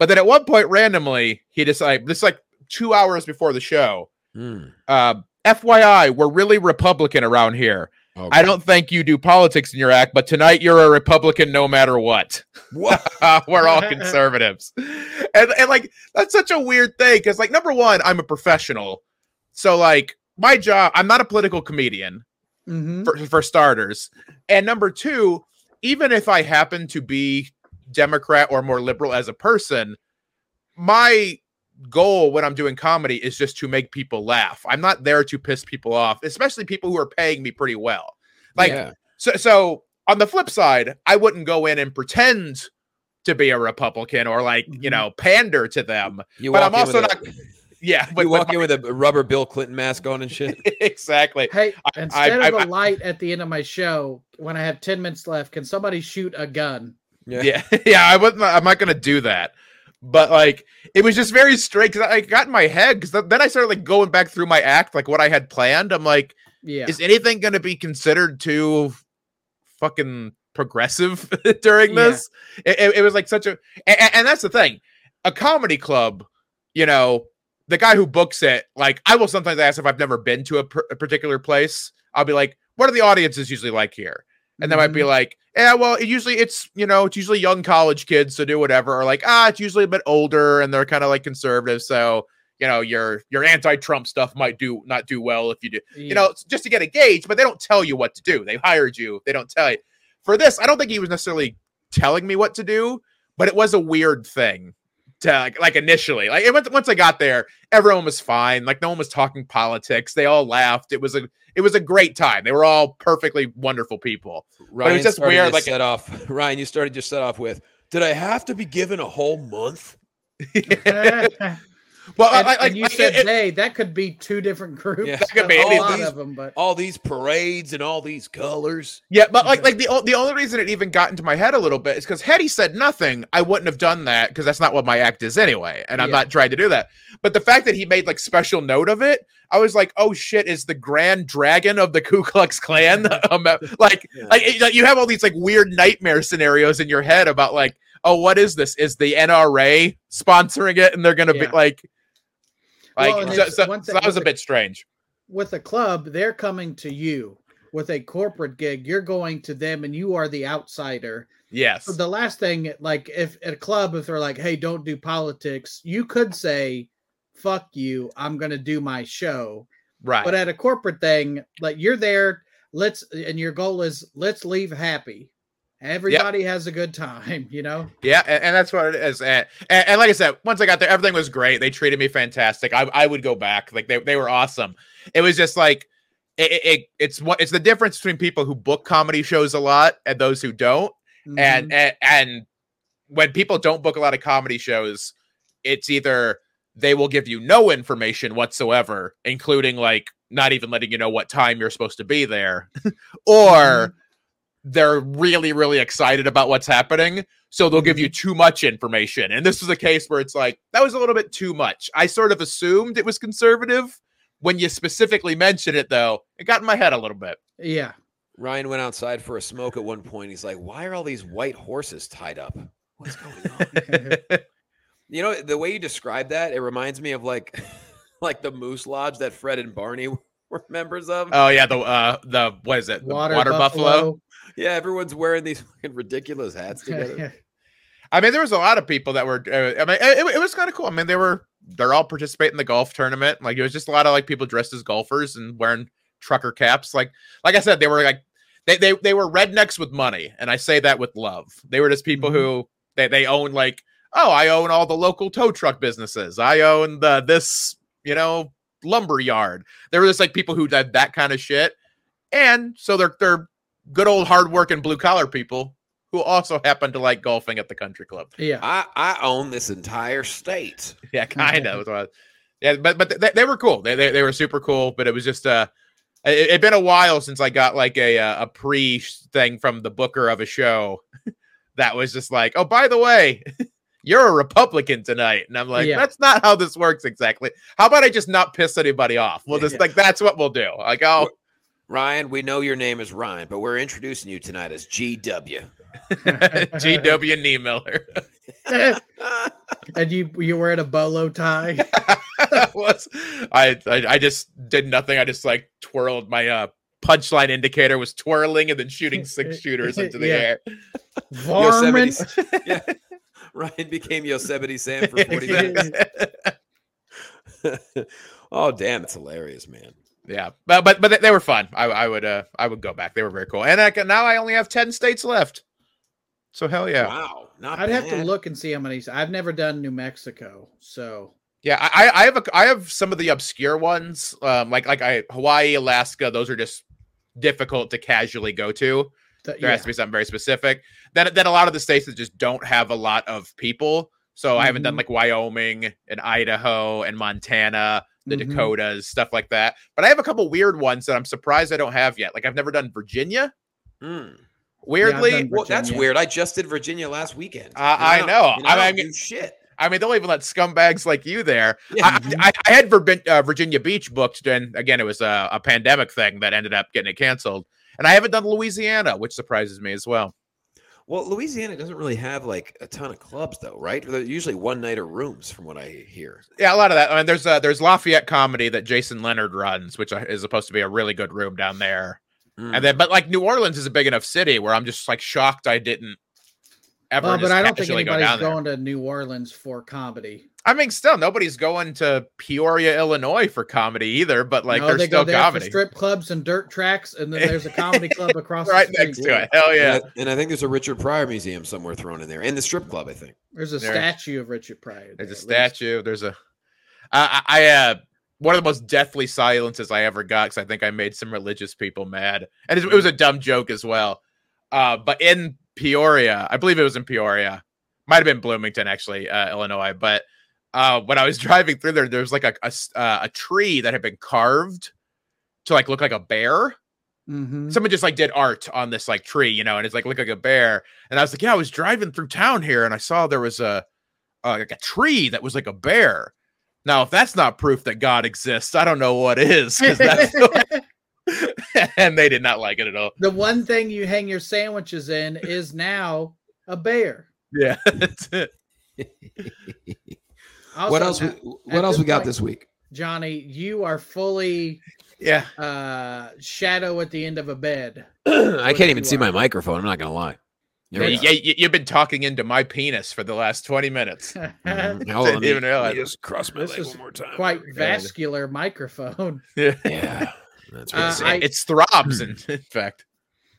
Speaker 3: But then at one point randomly, he decided this is, like two hours before the show,
Speaker 2: Hmm.
Speaker 3: uh, FYI, we're really Republican around here. I
Speaker 2: Okay.
Speaker 3: don't think you do politics in your act, but tonight you're a Republican no matter what. Uh,
Speaker 2: What?
Speaker 3: We're all conservatives. And, and like, that's such a weird thing. Cause, like, number one, I'm a professional. So, like, my job, I'm not a political comedian
Speaker 1: Mm-hmm.
Speaker 3: for, for starters. And number two, even if I happen to be Democrat or more liberal as a person, my goal when I'm doing comedy is just to make people laugh. I'm not there to piss people off, especially people who are paying me pretty well. Like,
Speaker 2: Yeah.
Speaker 3: so, so on the flip side, I wouldn't go in and pretend to be a Republican or like you
Speaker 2: Mm-hmm.
Speaker 1: Mhm.
Speaker 3: know pander to them.
Speaker 2: you
Speaker 3: but I'm
Speaker 2: walk in with
Speaker 3: also
Speaker 2: a,
Speaker 3: Yeah, but,
Speaker 2: you
Speaker 3: but
Speaker 2: walk in with a rubber Bill Clinton mask on and shit.
Speaker 3: my- exactly.
Speaker 1: Hey,
Speaker 3: I-
Speaker 1: instead
Speaker 3: I-
Speaker 1: of a
Speaker 3: I-
Speaker 1: light at the end of my show, when I have 10 minutes left, can somebody shoot a gun?
Speaker 3: Yeah, yeah. I wasn't. I'm not gonna do that. But like, it was just very straight because I got in my head because then I started like going back through my act, like what I had planned. I'm like,
Speaker 1: Yeah.
Speaker 3: is anything going to be considered too fucking progressive during
Speaker 1: Yeah.
Speaker 3: this? It, it- it was like such a, and, and that's the thing. A comedy club, you know, the guy who books it, like I will sometimes ask if I've never been to a, per- a particular place. I'll be like, what are the audiences usually like here? And they might
Speaker 1: Mm-hmm.
Speaker 3: be like, yeah, well, it usually it's you know, it's usually young college kids, so do whatever, or like, ah, it's usually a bit older and they're kind of like conservative, so you know, your your anti-Trump stuff might do not do well if you do
Speaker 1: Mhm.
Speaker 3: you know, it's just to get a gauge, but they don't tell you what to do. They hired you, they don't tell you. For this, I don't think he was necessarily telling me what to do, but it was a weird thing to like, like initially. Like it, once once I got there, everyone was fine. Like no one was talking politics. They all laughed. It was a it was a great time. They were all perfectly wonderful people.
Speaker 2: Ryan
Speaker 3: just
Speaker 2: started
Speaker 3: weird,
Speaker 2: your
Speaker 3: like-
Speaker 2: set off. Ryan, you started your set off with, "Did I have to be given a whole month?"
Speaker 3: Well,
Speaker 1: And,
Speaker 3: I, I,
Speaker 1: and you
Speaker 3: I-
Speaker 1: said
Speaker 3: it-
Speaker 1: they. That could be two different groups.
Speaker 4: Yeah.
Speaker 3: That could
Speaker 1: a
Speaker 3: be.
Speaker 1: lot
Speaker 4: These-
Speaker 1: of them, but
Speaker 4: all these parades and all these colors.
Speaker 3: Yeah, but like like the o- the only reason it even got into my head a little bit is because had he said nothing, I wouldn't have done that because that's not what my act is anyway, and I'm
Speaker 1: Yeah.
Speaker 3: not trying to do that. But the fact that he made like special note of it, I was like, oh shit, is the Grand Dragon of the Ku Klux Klan? um, like,
Speaker 4: Yeah.
Speaker 3: like it- like, you have all these like weird nightmare scenarios in your head about like, oh, what is this? Is the NRA sponsoring it, and they're gonna
Speaker 1: Yeah.
Speaker 3: be like, like
Speaker 1: Well, and
Speaker 3: so,
Speaker 1: it's-
Speaker 3: so-
Speaker 1: one
Speaker 3: so
Speaker 1: thing-
Speaker 3: that was a
Speaker 1: one
Speaker 3: bit strange.
Speaker 1: with a club, they're coming to you. With a corporate gig, you're going to them, and you are the outsider.
Speaker 3: Yes,
Speaker 1: So the last thing, like if at a club, if they're like, "Hey, don't do politics," you could say, "Fuck you, I'm gonna do my show."
Speaker 3: right.
Speaker 1: but at a corporate thing like you're there let's and your goal is let's leave happy everybody has a good time you know
Speaker 3: Yeah, and, and that's what it is. And, and, and like I said, once I got there, everything was great. They treated me fantastic. I, I would go back. Like they, they were awesome. It was just like it, it- it it's what it's the difference between people who book comedy shows a lot and those who don't. And, and and when people don't book a lot of comedy shows, it's either they will give you no information whatsoever, including like not even letting you know what time you're supposed to be there,
Speaker 1: Mm-hmm.
Speaker 3: or they're really really excited about what's happening so they'll give you
Speaker 1: Mm-hmm.
Speaker 3: too much information and this was a case where it's like that was a little bit too much i sort of assumed it was conservative when you specifically mentioned it though it got in my head a little bit
Speaker 1: Mm-hmm. yeah
Speaker 4: Ryan went outside for a smoke at one point. He's like, "Why are all these white horses tied up? What's going on?" you know, the way you describe that, it reminds me of like, like the Moose Lodge that Fred and Barney were members of.
Speaker 3: oh yeah the uh the what is it The
Speaker 1: Mm-hmm. water, buffalo,
Speaker 4: yeah, everyone's wearing these fucking ridiculous hats together.
Speaker 3: i mean there was a lot of people that were uh, i mean it, it was kind of cool i mean they were they're all participating in the golf tournament like it was just a lot of like people dressed as golfers and wearing trucker caps like like i said they were like they they, they were rednecks with money and i say that with love they were just people
Speaker 1: Mhm.
Speaker 3: who they, they own like oh i own all the local tow truck businesses i own the this you know lumber yard they were just like people who did that kind of shit and so they're they're good old hardworking blue collar people who also happen to like golfing at the country club
Speaker 1: yeah
Speaker 4: I I own this entire state.
Speaker 3: yeah, kind of. was what I- Yeah, but but they, they were cool. They, they they were super cool. But it was just uh, it had been a while since I got like a uh, a pre thing from the booker of a show that was just like, oh, by the way, you're a Republican tonight, and I'm like,
Speaker 1: Yeah.
Speaker 3: that's not how this works exactly. How about I just not piss anybody off? We'll just
Speaker 4: Yeah.
Speaker 3: like that's what we'll do. Like, oh,
Speaker 4: Ryan, we know your name is Ryan, but we're introducing you tonight as GW.
Speaker 3: G W Niemiller
Speaker 1: and you you wearing a bolo tie
Speaker 3: was I, I I just did nothing. I just like twirled my uh punchline indicator was twirling and then shooting six shooters into the
Speaker 1: Yeah.
Speaker 3: air.
Speaker 1: Varmin.
Speaker 4: Yosemite- yeah. Ryan became Yosemite Sam for 40
Speaker 3: Exactly.
Speaker 4: minutes. oh damn, it's hilarious, man.
Speaker 3: Yeah, but but but they- they were fun. I, I would uh I would go back. They were very cool. And I, can- now I only have ten states left. So hell yeah,
Speaker 4: Wow, not
Speaker 1: i'd have to
Speaker 4: bad.
Speaker 1: look and see how many i've never done new mexico so
Speaker 3: yeah. I I- I have a I have some of the obscure ones. Um, like like I Hawaii, Alaska. Those are just difficult to casually go to.
Speaker 1: th-
Speaker 3: There has to be something very specific. Then, then a lot of the states that just don't have a lot of people. So I haven't done
Speaker 1: Mhm.
Speaker 3: like Wyoming and Idaho and Montana, the
Speaker 1: Mhm.
Speaker 3: Dakotas, stuff like that. But I have a couple weird ones that I'm surprised I don't have yet. Like I've never done Virginia.
Speaker 4: Mm.
Speaker 3: Weirdly,
Speaker 1: done-
Speaker 4: Well, that's
Speaker 1: Virginia.
Speaker 4: weird. I just did Virginia last weekend.
Speaker 3: I- I
Speaker 4: don't-
Speaker 3: know.
Speaker 4: you
Speaker 3: I-
Speaker 4: don't
Speaker 3: I'm-
Speaker 4: do shit.
Speaker 3: I mean, they'll even let scumbags like you there.
Speaker 4: Yeah.
Speaker 3: I, I, I had Virgin, uh, Virginia Beach booked, and again, it was a, a pandemic thing that ended up getting it canceled. And I haven't done Louisiana, which surprises me as well.
Speaker 4: Well, Louisiana doesn't really have like a ton of clubs, though, right? They're usually one night or rooms, from what I hear.
Speaker 3: Yeah, a lot of that. I mean, there's uh, there's Lafayette comedy that Jason Leonard runs, which I- is supposed to be a really good room down there.
Speaker 4: Mm.
Speaker 3: And
Speaker 1: Hmm.
Speaker 3: then, but like New Orleans is a big enough city where I'm just like shocked I didn't ever.
Speaker 1: well, but
Speaker 3: just
Speaker 1: i don't think
Speaker 3: casually go
Speaker 1: anybody's
Speaker 3: down there.
Speaker 1: going to new orleans for comedy
Speaker 3: I mean, still nobody's going to Peoria, Illinois for comedy either. But like,
Speaker 1: No,
Speaker 3: there's
Speaker 1: they
Speaker 3: still
Speaker 1: go there
Speaker 3: comedy
Speaker 1: for strip clubs and dirt tracks and then there's a comedy club across
Speaker 3: right
Speaker 1: the street.
Speaker 3: next to it. Hell yeah!
Speaker 4: And I, and I think there's a Richard Pryor museum somewhere thrown in there, and the strip club. I think.
Speaker 1: There's a
Speaker 3: There.
Speaker 1: statue of Richard Pryor.
Speaker 3: There's a
Speaker 1: there, at least.
Speaker 3: statue. There's a. I I I, uh, one of the most deathly silences I ever got because I think I made some religious people mad, and it, it was a dumb joke as well. Uh, but in Peoria, I believe it was in Peoria, might have been Bloomington actually, uh, Illinois, but. uh, when I was driving through there, there was like a, a s- uh, a tree that had been carved to like look like a bear.
Speaker 1: Mhm.
Speaker 3: Someone just like did art on this like tree, you know, and it's like look like a bear. And I was like, yeah, I was driving through town here, and I saw there was a, a like a tree that was like a bear. Now, if that's not proof that God exists, I don't know what is. 'cause that's- and they did not like it at all.
Speaker 1: the one thing you hang your sandwiches in is now a bear.
Speaker 3: Yeah, that's it.
Speaker 1: Also,
Speaker 4: what else? We,
Speaker 1: now,
Speaker 4: what
Speaker 1: at
Speaker 4: else
Speaker 1: this
Speaker 4: we got
Speaker 1: point-
Speaker 4: this week?
Speaker 1: Johnny, you are fully
Speaker 3: yeah.
Speaker 1: uh shadow at the end of a bed.
Speaker 4: I
Speaker 1: What
Speaker 4: can't even
Speaker 1: you
Speaker 4: see
Speaker 1: are.
Speaker 4: my microphone. I'm not gonna lie. There
Speaker 3: Yeah,
Speaker 4: we
Speaker 3: you,
Speaker 4: go.
Speaker 3: you- you've been talking into my penis for the last 20 minutes.
Speaker 4: Mhm. Hold on, let
Speaker 3: Didn't
Speaker 4: me- let
Speaker 3: even
Speaker 4: me
Speaker 3: realize it.
Speaker 4: Just cross my
Speaker 1: This
Speaker 4: leg
Speaker 1: is
Speaker 4: one more time.
Speaker 1: Quite
Speaker 4: There we go.
Speaker 1: vascular microphone.
Speaker 4: Yeah, Hmm. that's what
Speaker 1: Uh,
Speaker 3: It's-
Speaker 1: I-
Speaker 3: it throbs, in, in fact.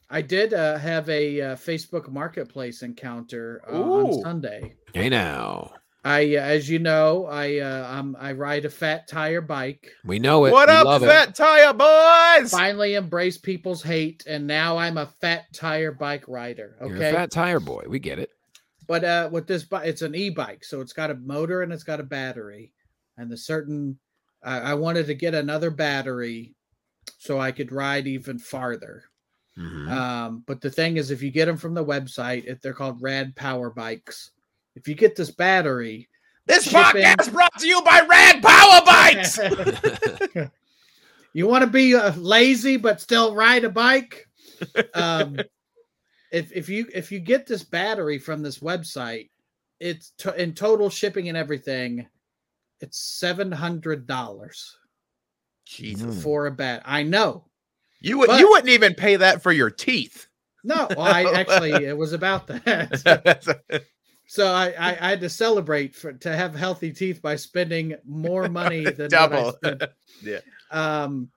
Speaker 1: I did uh, have a uh, Facebook Marketplace encounter uh, on
Speaker 3: Ooh.
Speaker 1: Sunday.
Speaker 4: Hey now,
Speaker 1: I, uh, as you know, I uh, um, I ride a fat tire bike.
Speaker 4: we know it.
Speaker 3: What
Speaker 4: we
Speaker 3: up,
Speaker 4: love it.
Speaker 3: Fat Tire Boys?
Speaker 1: Finally, embrace people's hate, and now I'm a fat tire bike rider. Okay,
Speaker 4: You're a fat tire boy. We get it.
Speaker 1: But uh, with this, bi- it's an e-bike, so it's got a motor and it's got a battery, and the certain. I I wanted to get another battery, so I could ride even farther.
Speaker 4: Mhm.
Speaker 2: Mm-hmm.
Speaker 1: Um, but the thing is, if you get them from the website, if they're called Rad Power Bikes, if you get this battery,
Speaker 3: This
Speaker 1: shipping-
Speaker 3: podcast brought to you by Rad Power Bikes.
Speaker 1: you want to be uh, lazy but still ride a bike. Um, if if you if you get this battery from this website, it's to, in total shipping and everything, it's seven hundred dollars
Speaker 3: Jesus.
Speaker 4: Mm.
Speaker 1: for a bat. I know.
Speaker 3: You, would,
Speaker 1: But-
Speaker 3: you wouldn't even pay that for your teeth.
Speaker 1: No, well, I actually it was about that. So I, I, I had to celebrate for, to have healthy teeth by spending more money than
Speaker 3: Double.
Speaker 1: What I spent.
Speaker 3: Yeah. Mm.
Speaker 1: Um,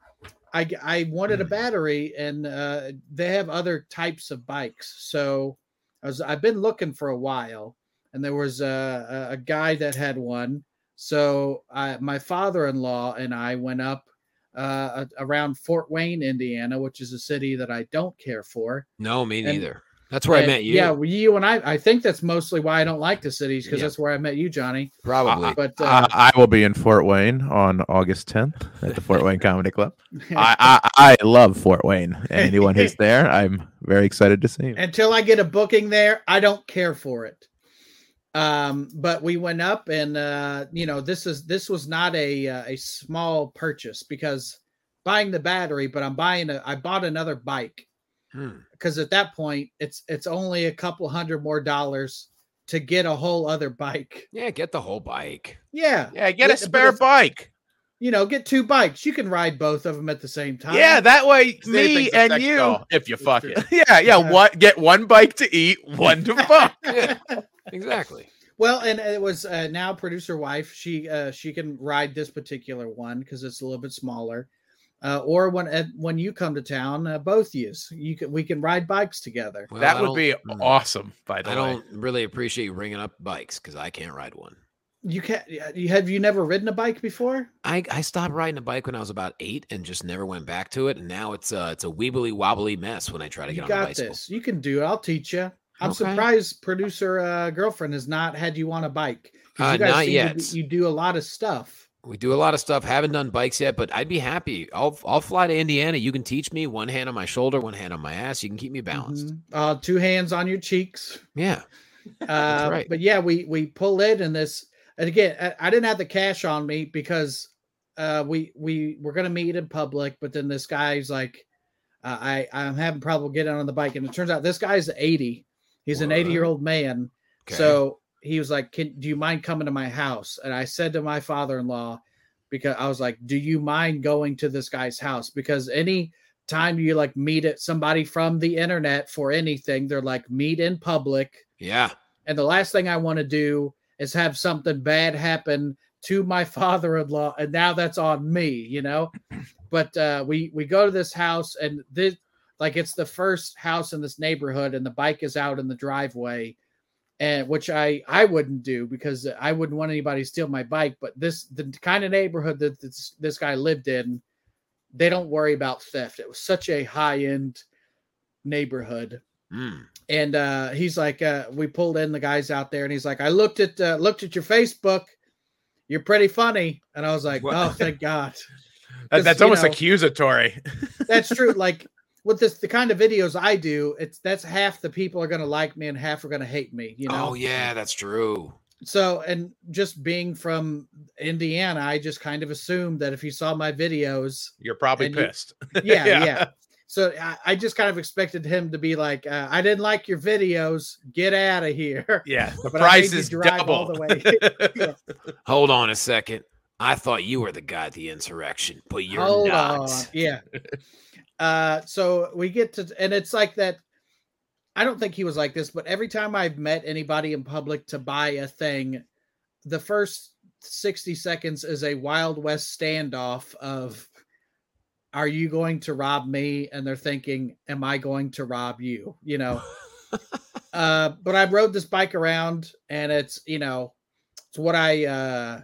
Speaker 1: I g- I wanted a battery, and uh, they have other types of bikes. So I was I've been looking for a while, and there was a a, a guy that had one. So I, my father-in-law and I went up uh, a- around Fort Wayne, Indiana, which is a city that I don't care for.
Speaker 4: No, me
Speaker 1: and-
Speaker 4: neither. That's where I
Speaker 1: And
Speaker 4: met you.
Speaker 1: Yeah, well, you and I. I think that's mostly why I don't like the cities because
Speaker 4: Yeah.
Speaker 1: that's where I met you, Johnny.
Speaker 4: probably.
Speaker 1: But uh,
Speaker 3: I will be in Fort Wayne on August 10th at the Fort Wayne Comedy Club.
Speaker 4: uh,
Speaker 3: I, I love Fort Wayne.
Speaker 1: Anyone who's
Speaker 3: there, I'm very excited to see you.
Speaker 1: until I get a booking there, I don't care for it. Um, but we went up, and uh, you know, this is this was not a uh, a small purchase because buying the battery, but I'm buying a I bought another bike
Speaker 4: Hmm.
Speaker 1: because at that point it's it's only a couple hundred more dollars to get a whole other bike.
Speaker 4: Yeah, get the whole bike.
Speaker 1: Yeah,
Speaker 3: Yeah, get
Speaker 1: But
Speaker 3: a
Speaker 1: it's-
Speaker 3: spare bike.
Speaker 1: you know, get two bikes. You can ride both of them at the same time.
Speaker 3: Yeah, that way
Speaker 4: they think
Speaker 3: me
Speaker 4: the
Speaker 3: and
Speaker 4: sex
Speaker 3: you,
Speaker 4: doll,
Speaker 3: if you
Speaker 1: fuck it.
Speaker 3: Yeah, yeah.
Speaker 1: Yeah.
Speaker 3: What? Get one bike to eat, one to fuck.
Speaker 4: Yeah, exactly.
Speaker 1: Well, and it was uh, now producer wife. She uh, she can ride this particular one because it's a little bit smaller. Uh, or when uh, when you come to town, uh, both yous, you can we can ride bikes together.
Speaker 4: Well,
Speaker 3: that
Speaker 4: I
Speaker 3: would
Speaker 4: don't-
Speaker 3: be
Speaker 1: hmm.
Speaker 4: mm.
Speaker 3: awesome. By the
Speaker 4: I
Speaker 3: way,
Speaker 4: don't really appreciate you bringing up bikes because I can't ride one.
Speaker 1: You can't. You have you never ridden a bike before?
Speaker 4: I, I stopped riding a bike when I was about eight and just never went back to it. And now it's uh it's a weebly wobbly mess when I try to
Speaker 1: You
Speaker 4: get on a
Speaker 1: got
Speaker 4: bicycle.
Speaker 1: this. You can do it. I'll teach you. I'm
Speaker 4: Okay.
Speaker 1: surprised producer uh, girlfriend has not had you on a bike. 'cause
Speaker 4: Uh,
Speaker 1: you guys
Speaker 4: not
Speaker 1: seem to
Speaker 4: yet.
Speaker 1: be- you do a lot of stuff.
Speaker 4: We do a lot of stuff. Haven't done bikes yet, but I'd be happy. I'll I'll fly to Indiana. You can teach me one hand on my shoulder, one hand on my ass. You can keep me balanced.
Speaker 1: Mhm. Uh, two hands on your cheeks.
Speaker 4: Yeah.
Speaker 1: Uh,
Speaker 4: right.
Speaker 1: But yeah, we we pull in and this, and again, I, I didn't have the cash on me because uh, we we were gonna meet in public, but then this guy's like, uh, I I'm having problem getting on the bike, and it turns out this guy's 80. He's an 80 year old man,
Speaker 4: Okay.
Speaker 1: so he was like, "Can do you mind coming to my house?" And I said to my father in law because I was like, "Do you mind going to this guy's house?" Because any time you like meet at somebody from the internet for anything, they're like meet in public.
Speaker 4: yeah.
Speaker 1: And the last thing I want to do is have something bad happen to my father-in-law, and now that's on me, you know. But uh, we we go to this house, and this like it's the first house in this neighborhood, and the bike is out in the driveway, and which I I wouldn't do because I wouldn't want anybody to steal my bike. But this the kind of neighborhood that this this guy lived in, they don't worry about theft. It was such a high-end neighborhood
Speaker 4: Mm.
Speaker 1: and uh he's like uh we pulled in the guys out there and he's like i looked at uh, looked at your facebook you're pretty funny. And I was like,
Speaker 2: What?
Speaker 1: oh, thank God.
Speaker 3: That,
Speaker 1: 'Cause,
Speaker 3: that's
Speaker 1: you
Speaker 3: almost
Speaker 1: know-
Speaker 3: accusatory.
Speaker 1: That's true. Like with this, the kind of videos I do, it's that's half the people are going to like me and half are going to hate me, you know?
Speaker 2: Oh yeah, that's true.
Speaker 1: so and just being from indiana i just kind of assumed that if you saw my videos
Speaker 3: You're probably
Speaker 1: And you-
Speaker 3: pissed.
Speaker 1: yeah
Speaker 3: Yeah.
Speaker 1: yeah, so I, I just kind of expected him to be like uh, i didn't like your videos get out of here
Speaker 3: yeah, the
Speaker 1: But I made
Speaker 3: price
Speaker 1: you
Speaker 3: is
Speaker 1: drive
Speaker 3: double.
Speaker 1: all the
Speaker 2: Hold on a second. I thought you were the guy at the insurrection, but you're
Speaker 1: Hold
Speaker 2: not.
Speaker 1: on. yeah uh so we get to and it's like that i don't think he was like this but every time i've met anybody in public to buy a thing the first 60 seconds is a wild west standoff of are you going to rob me and they're thinking am i going to rob you you know uh but i rode this bike around and it's you know it's what i uh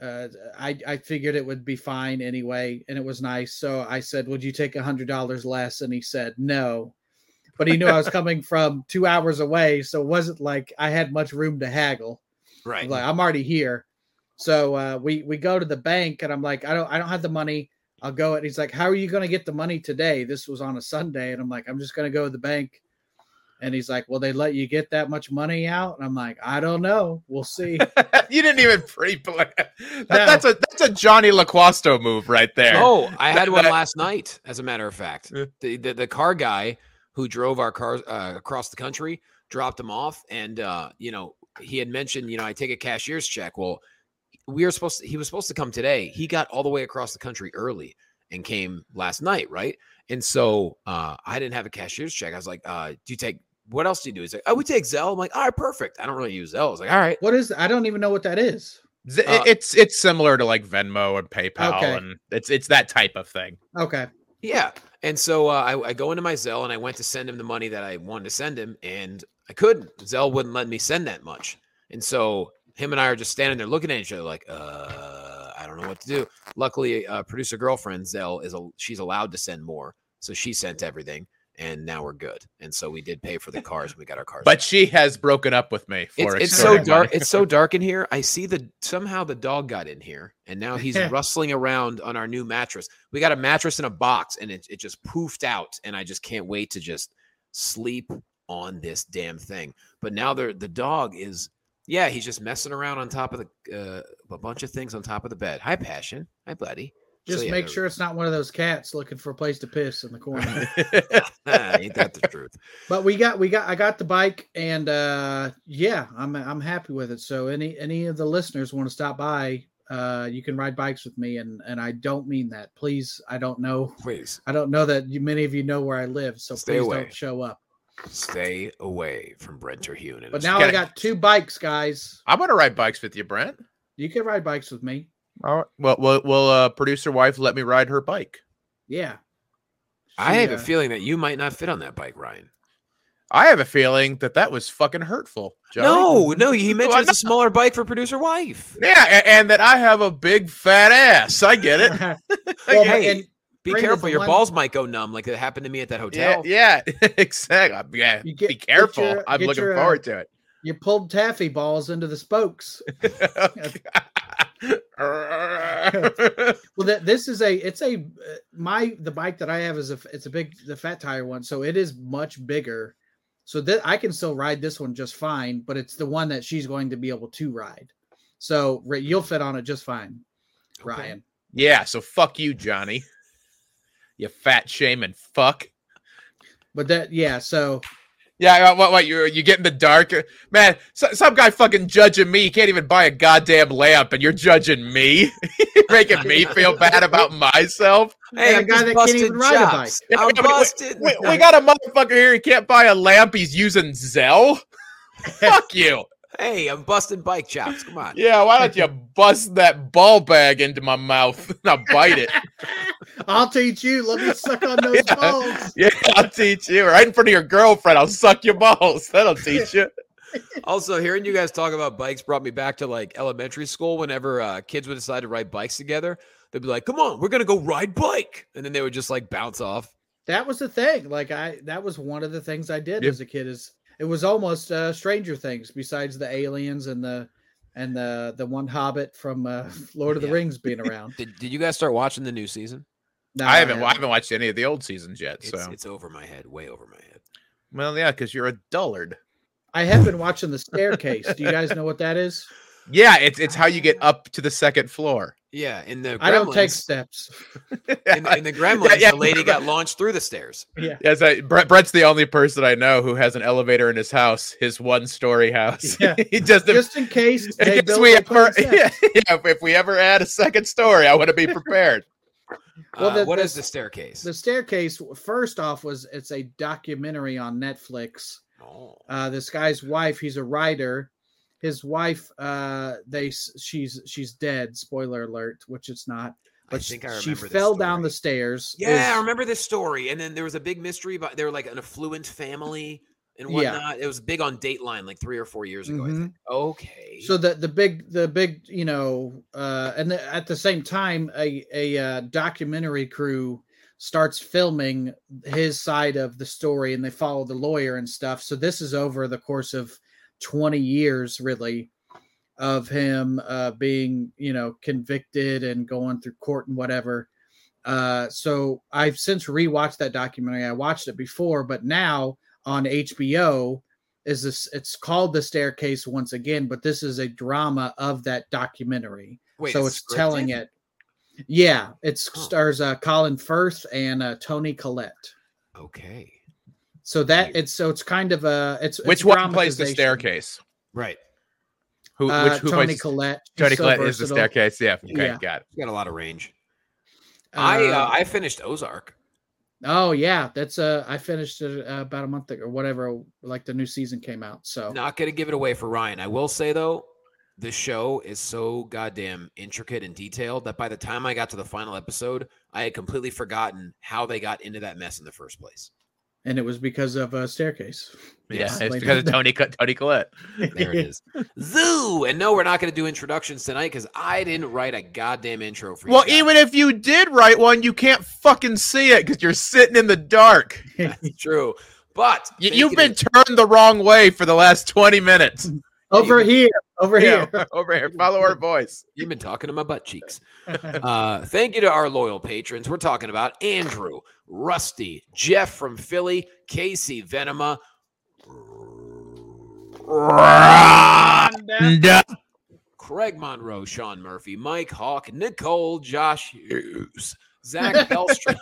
Speaker 1: uh, I, I figured it would be fine anyway, and it was nice. So I said, Would you take a hundred dollars less? And he said, No. But he knew I was coming from two hours away, so it wasn't like I had much room to haggle.
Speaker 2: Right.
Speaker 1: Like I'm already here. So uh, we we go to the bank, and I'm like, I don't I don't have the money. I'll go. And he's like, How are you going to get the money today? This was on a Sunday, and I'm like, I'm just going to go to the bank. And he's like, Will they let you get that much money out? And I'm like, I don't know. We'll see.
Speaker 3: you didn't even pre-plan. That-
Speaker 1: No.
Speaker 3: That's a that's a Johnny LaQuasto move right there.
Speaker 2: Oh, I had one
Speaker 3: that-
Speaker 2: last night. As a matter of fact,
Speaker 3: Yeah.
Speaker 2: the the, the car guy who drove our cars uh, across the country dropped him off, and uh, you know he had mentioned, you know, I take a cashier's check. Well, we were supposed to, he was supposed to come today. He got all the way across the country early and came last night, right? And so uh, I didn't have a cashier's check. I was like, uh, "Do you take what else do you do?" He's like, "Oh, we take Zelle." I'm like, "All right, perfect." I don't really use Zelle. I was like, "All right."
Speaker 1: what is? I don't even know what that is.
Speaker 3: Z-
Speaker 2: Uh,
Speaker 3: it's it's similar to like Venmo and PayPal,
Speaker 1: Okay.
Speaker 3: and it's it's that type of thing.
Speaker 1: Okay.
Speaker 2: Yeah. And so uh, I, I go into my Zelle and I went to send him the money that I wanted to send him, and I couldn't. Zelle wouldn't let me send that much. And so him and I are just standing there looking at each other like, uh, I don't know what to do. Luckily, uh, producer girlfriend Zelle is a, she's allowed to send more, so she sent everything, and now we're good. And so we did pay for the cars. and We got our cars.
Speaker 3: But she has broken up with me
Speaker 2: it's,
Speaker 3: for
Speaker 2: it's so
Speaker 3: extorting
Speaker 2: dark.
Speaker 3: money.
Speaker 2: It's so dark in here. I see the somehow the dog got in here, and now he's rustling around on our new mattress. We got a mattress in a box, and it it just poofed out, and I just can't wait to just sleep on this damn thing. But now the the dog is yeah, he's just messing around on top of the uh, a bunch of things on top of the bed. Hi, passion. Hi, buddy. So,
Speaker 1: Just
Speaker 2: yeah,
Speaker 1: make
Speaker 2: there-
Speaker 1: sure it's not one of those cats looking for a place to piss in the corner.
Speaker 2: ain't that the truth?
Speaker 1: but we got we got I got the bike and uh yeah, I'm I'm happy with it. So any any of the listeners want to stop by, uh you can ride bikes with me and and I don't mean that. Please, I don't know
Speaker 2: Please
Speaker 1: I don't know that you, many of you know where I live, so
Speaker 2: Stay
Speaker 1: please
Speaker 2: away.
Speaker 1: don't show up.
Speaker 2: stay away from Brent Terhune. and
Speaker 1: But
Speaker 2: his
Speaker 1: now I
Speaker 3: kidding.
Speaker 1: got two bikes, guys.
Speaker 3: I'm gonna ride bikes with you, Brent.
Speaker 1: You can ride bikes with me.
Speaker 3: All right. Well, will, will uh, producer wife let me ride her bike?
Speaker 1: Yeah.
Speaker 2: I
Speaker 1: She,
Speaker 2: have
Speaker 1: uh,
Speaker 2: a feeling that you might not fit on that bike, Ryan.
Speaker 3: I have a feeling that that was fucking hurtful. Johnny.
Speaker 2: No, no, he mentioned
Speaker 3: I'm
Speaker 2: it's a smaller bike for producer wife.
Speaker 3: Yeah, a- and, that I have a big fat ass. I get it.
Speaker 1: well,
Speaker 2: Hey,
Speaker 1: and
Speaker 2: Be
Speaker 1: Brandon's
Speaker 2: careful,
Speaker 1: the
Speaker 2: your
Speaker 1: one-
Speaker 2: balls might go numb like it happened to me at that
Speaker 3: Yeah,
Speaker 2: hotel.
Speaker 3: yeah, exactly. Yeah,
Speaker 1: You get-
Speaker 3: be
Speaker 1: get
Speaker 3: careful.
Speaker 1: your-
Speaker 3: I'm
Speaker 1: get
Speaker 3: looking
Speaker 1: your, uh,
Speaker 3: forward to it.
Speaker 1: you pulled taffy balls into the spokes. Well, that this is a it's a uh, my the bike that I have is a f- it's a big the fat tire one, so it is much bigger. So that I can still ride this one just fine, but it's the one that she's going to be able to ride. So Ri- you'll fit on it just fine, Ryan.
Speaker 3: yeah, so fuck you, Johnny. You fat shaming fuck.
Speaker 1: But that yeah, so
Speaker 3: Yeah, uh, what, what you you get in the dark, uh, man? So, some guy fucking judging me. He can't even buy a goddamn lamp, and you're judging me, You're making me feel bad about myself.
Speaker 2: Hey,
Speaker 1: And a
Speaker 2: I'm
Speaker 1: guy
Speaker 2: just
Speaker 1: that can't
Speaker 2: busting
Speaker 1: even ride a
Speaker 2: chops. I'm
Speaker 3: bike. Yeah, we- we-
Speaker 2: busted.
Speaker 3: We, we got a motherfucker here. He can't buy a lamp. He's using Zell. fuck you.
Speaker 2: Hey, I'm busting bike chops. Come on.
Speaker 3: Yeah, why don't you bust that ball bag into my mouth and I'll bite it?
Speaker 1: I'll teach you. Let me suck on those
Speaker 3: Yeah.
Speaker 1: balls.
Speaker 3: Yeah, I'll teach you. Right in front of your girlfriend, I'll suck your balls. That'll teach you.
Speaker 2: Also, hearing you guys talk about bikes brought me back to like elementary school whenever uh, kids would decide to ride bikes together. They'd be like, come on, we're going to go ride bike. And then they would just like bounce off.
Speaker 1: That was the thing. Like I that was one of the things I did
Speaker 3: Yep.
Speaker 1: as a kid is it was almost uh Stranger Things besides the aliens and the and the the one Hobbit from uh, Lord of the
Speaker 2: Yeah.
Speaker 1: Rings being around.
Speaker 2: Did, did you guys start watching the new season?
Speaker 1: No,
Speaker 3: I haven't. I haven't watched any of the old seasons yet.
Speaker 2: It's,
Speaker 3: so,
Speaker 2: it's over my head, way over my head.
Speaker 3: well, yeah, because you're a dullard.
Speaker 1: I have been watching The Staircase. Do you guys know what that is?
Speaker 3: Yeah, it's it's how you get up to the second floor.
Speaker 2: Yeah, in the Gremlins,
Speaker 1: I don't take steps.
Speaker 2: in, the- in the Gremlins,
Speaker 3: yeah,
Speaker 2: the lady got launched through the stairs.
Speaker 1: Yeah.
Speaker 3: Yes, I, Brett, Brett's the only person I know who has an elevator in his house, his one-story house.
Speaker 1: Yeah.
Speaker 3: he just,
Speaker 1: Just in case
Speaker 3: in
Speaker 1: they
Speaker 3: case
Speaker 1: build
Speaker 3: we
Speaker 1: up on
Speaker 3: ever,
Speaker 1: steps.
Speaker 3: yeah, if- if we ever add a second story, I want to be prepared.
Speaker 1: Well,
Speaker 2: uh,
Speaker 1: the-
Speaker 2: what
Speaker 1: the-
Speaker 2: is the staircase?
Speaker 1: The staircase. First off, was it's a documentary on Netflix.
Speaker 2: oh.
Speaker 1: Uh, this guy's wife. He's a writer. His wife. Uh, they s- she's she's dead. Spoiler alert, which it's not. But sh- she
Speaker 2: this
Speaker 1: fell down the
Speaker 2: story.
Speaker 1: stairs.
Speaker 2: Yeah, I
Speaker 1: is-
Speaker 2: remember this story. And then there was a big mystery, but they were like an affluent family and
Speaker 1: Yeah.
Speaker 2: whatnot. It was big on Dateline like three or four years ago. I
Speaker 1: Mhm.
Speaker 2: think. Okay.
Speaker 1: so the the big the big you know uh and the, at the same time a a uh, documentary crew starts filming his side of the story and they follow the lawyer and stuff so this is over the course of 20 years really of him uh being you know convicted and going through court and whatever uh so i've since rewatched that documentary i watched it before but now on hbo is this it's called the staircase once again but this is a drama of that documentary
Speaker 2: Wait,
Speaker 1: so it's
Speaker 2: scripted?
Speaker 1: telling it yeah it
Speaker 2: Huh.
Speaker 1: stars uh, colin firth and uh, tony collette
Speaker 2: Okay.
Speaker 1: so that
Speaker 2: Weird.
Speaker 1: it's so it's kind of a it's
Speaker 3: Which
Speaker 1: it's
Speaker 3: one plays the
Speaker 1: dramatization.
Speaker 3: staircase?
Speaker 2: Right.
Speaker 3: Who,
Speaker 1: uh,
Speaker 3: which, who
Speaker 1: tony
Speaker 3: plays
Speaker 1: collette She's
Speaker 3: Tony
Speaker 1: so
Speaker 3: Collette is the
Speaker 1: versatile.
Speaker 3: staircase? Yeah, okay,
Speaker 1: Yeah.
Speaker 3: got it.
Speaker 2: You got a lot of range. I uh,
Speaker 1: Um,
Speaker 2: I finished Ozark.
Speaker 1: oh yeah that's uh i finished it uh, about a month ago or whatever like the new season came out so
Speaker 2: Not gonna give it away for Ryan. I will say though, the show is so goddamn intricate and detailed that by the time I got to the final episode, I had completely forgotten how they got into that mess in the first place.
Speaker 1: and it was because of a staircase
Speaker 3: Yeah,
Speaker 1: Yes.
Speaker 3: it's because of Tony Co- Tony Collette.
Speaker 2: There it is. Zoo. And no, we're not going to do introductions tonight because I didn't write a goddamn intro for you.
Speaker 3: Well,
Speaker 2: guys.
Speaker 3: even if you did write one, you can't fucking see it because you're sitting in the dark.
Speaker 2: That's true. But
Speaker 3: Y-
Speaker 2: thank
Speaker 3: you've
Speaker 2: you
Speaker 3: been
Speaker 2: to-
Speaker 3: turned the wrong way for the last 20 minutes.
Speaker 1: over here over
Speaker 3: Yeah,
Speaker 1: here
Speaker 3: over here. Follow our voice.
Speaker 2: you've been talking to my butt cheeks. Uh, thank you to our loyal patrons. We're talking about Andrew, Rusty, Jeff from Philly, Casey Venema,
Speaker 3: Uh,
Speaker 2: Craig Monroe, Sean Murphy, Mike Hawk, Nicole, Josh Hughes, Zach Belstra.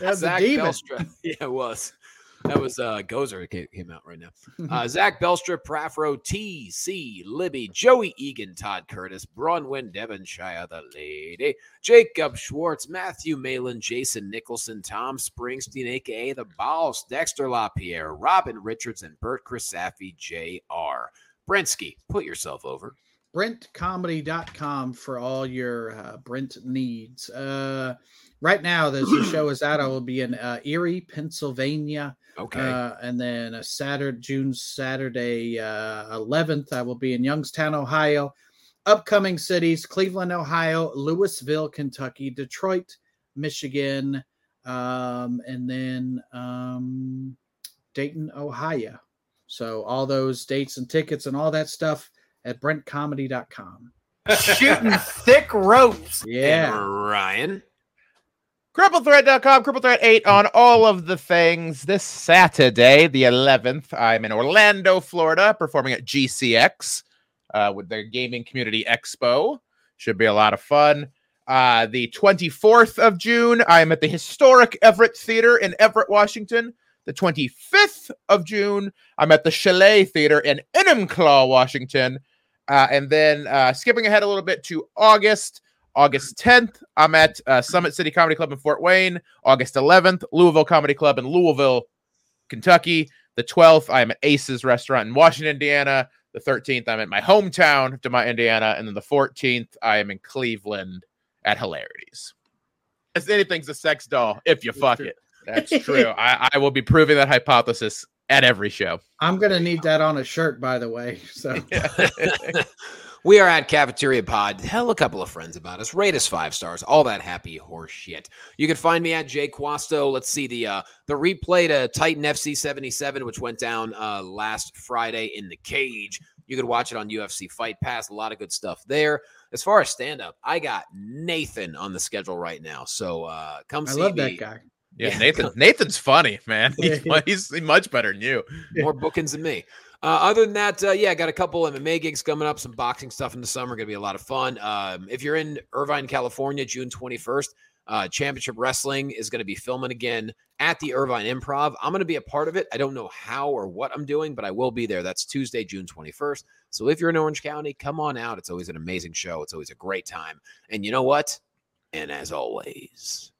Speaker 1: that's a
Speaker 2: Zach
Speaker 1: demon
Speaker 2: Belstra. Yeah, it was. That was uh Gozer that came, came out right now. Uh, Zach Belstra, Prafro, T. C. Libby, Joey Egan, Todd Curtis, Bronwyn Devonshire, the lady, Jacob Schwartz, Matthew Malin, Jason Nicholson, Tom Springsteen, aka the Boss, Dexter LaPierre, Robin Richards, and Bert Krasafi, Jr. Brensky, put yourself over.
Speaker 1: brentcomedy.com for all your uh, brent needs uh, right now as the show is out i will be in uh, erie pennsylvania
Speaker 2: Okay.
Speaker 1: uh, and then a saturday june saturday uh, 11th i will be in youngstown ohio upcoming cities cleveland ohio louisville kentucky detroit michigan um, and then um, dayton ohio so all those dates and tickets and all that stuff at brentcomedy.com
Speaker 5: Uh, Shooting thick ropes.
Speaker 2: And
Speaker 1: yeah
Speaker 2: Ryan.
Speaker 3: CrippleThreat.com, CrippleThreat8 on all of the things. This Saturday, the 11th, I'm in Orlando, Florida, performing at GCX uh, with the Gaming Community Expo. Should be a lot of fun. Uh, the 24th of June, I'm at the historic Everett Theater in Everett, Washington. The 25th of June, I'm at the Chalet Theater in Enumclaw, Washington. Uh, and then uh, skipping ahead a little bit to August, August 10th, I'm at uh, Summit City Comedy Club in Fort Wayne. August 11th, Louisville Comedy Club in Louisville, Kentucky. The 12th, I'm at Aces Restaurant in Washington, Indiana. The 13th, I'm at my hometown, of Demont, Indiana. And then the 14th, I am in Cleveland at Hilarities. As anything's a sex doll, if you fuck it. That's true. I, I will be proving that hypothesis at every show.
Speaker 1: i'm gonna need that on a shirt by the way so
Speaker 2: we are at Cafeteria Pod. Tell a couple of friends about us. Rate us five stars. All that happy horse shit. You can find me at Jay Quasto. Let's see the uh, the replay to Titan FC seventy seven, which went down uh, last Friday in the cage. You could watch it on UFC Fight Pass. A lot of good stuff there. As far as stand up, I got Nathan on the schedule right now. So uh, come
Speaker 1: I
Speaker 2: see
Speaker 1: love
Speaker 2: me.
Speaker 1: that guy.
Speaker 3: Yeah,
Speaker 2: Yeah.
Speaker 3: Nathan. Nathan's funny, man. He- he's much better than you.
Speaker 2: more bookings than me. Uh, other than that, uh, yeah, I got a couple MMA gigs coming up, some boxing stuff in the summer. Going to be a lot of fun. Um, if you're in Irvine, California, June 21st, uh, Championship Wrestling is going to be filming again at the Irvine Improv. I'm going to be a part of it. I don't know how or what I'm doing, but I will be there. That's Tuesday, June 21st. So if you're in Orange County, come on out. It's always an amazing show. It's always a great time. And you know what? And as always,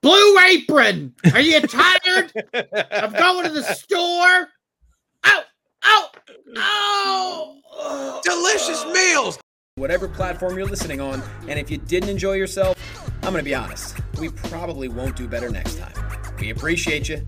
Speaker 1: Blue Apron. Are you tired of going to the store? Ow! Ow! Ow!
Speaker 2: delicious meals.
Speaker 6: whatever platform you're listening on. And if you didn't enjoy yourself, I'm going to be honest, we probably won't do better next time. We appreciate you.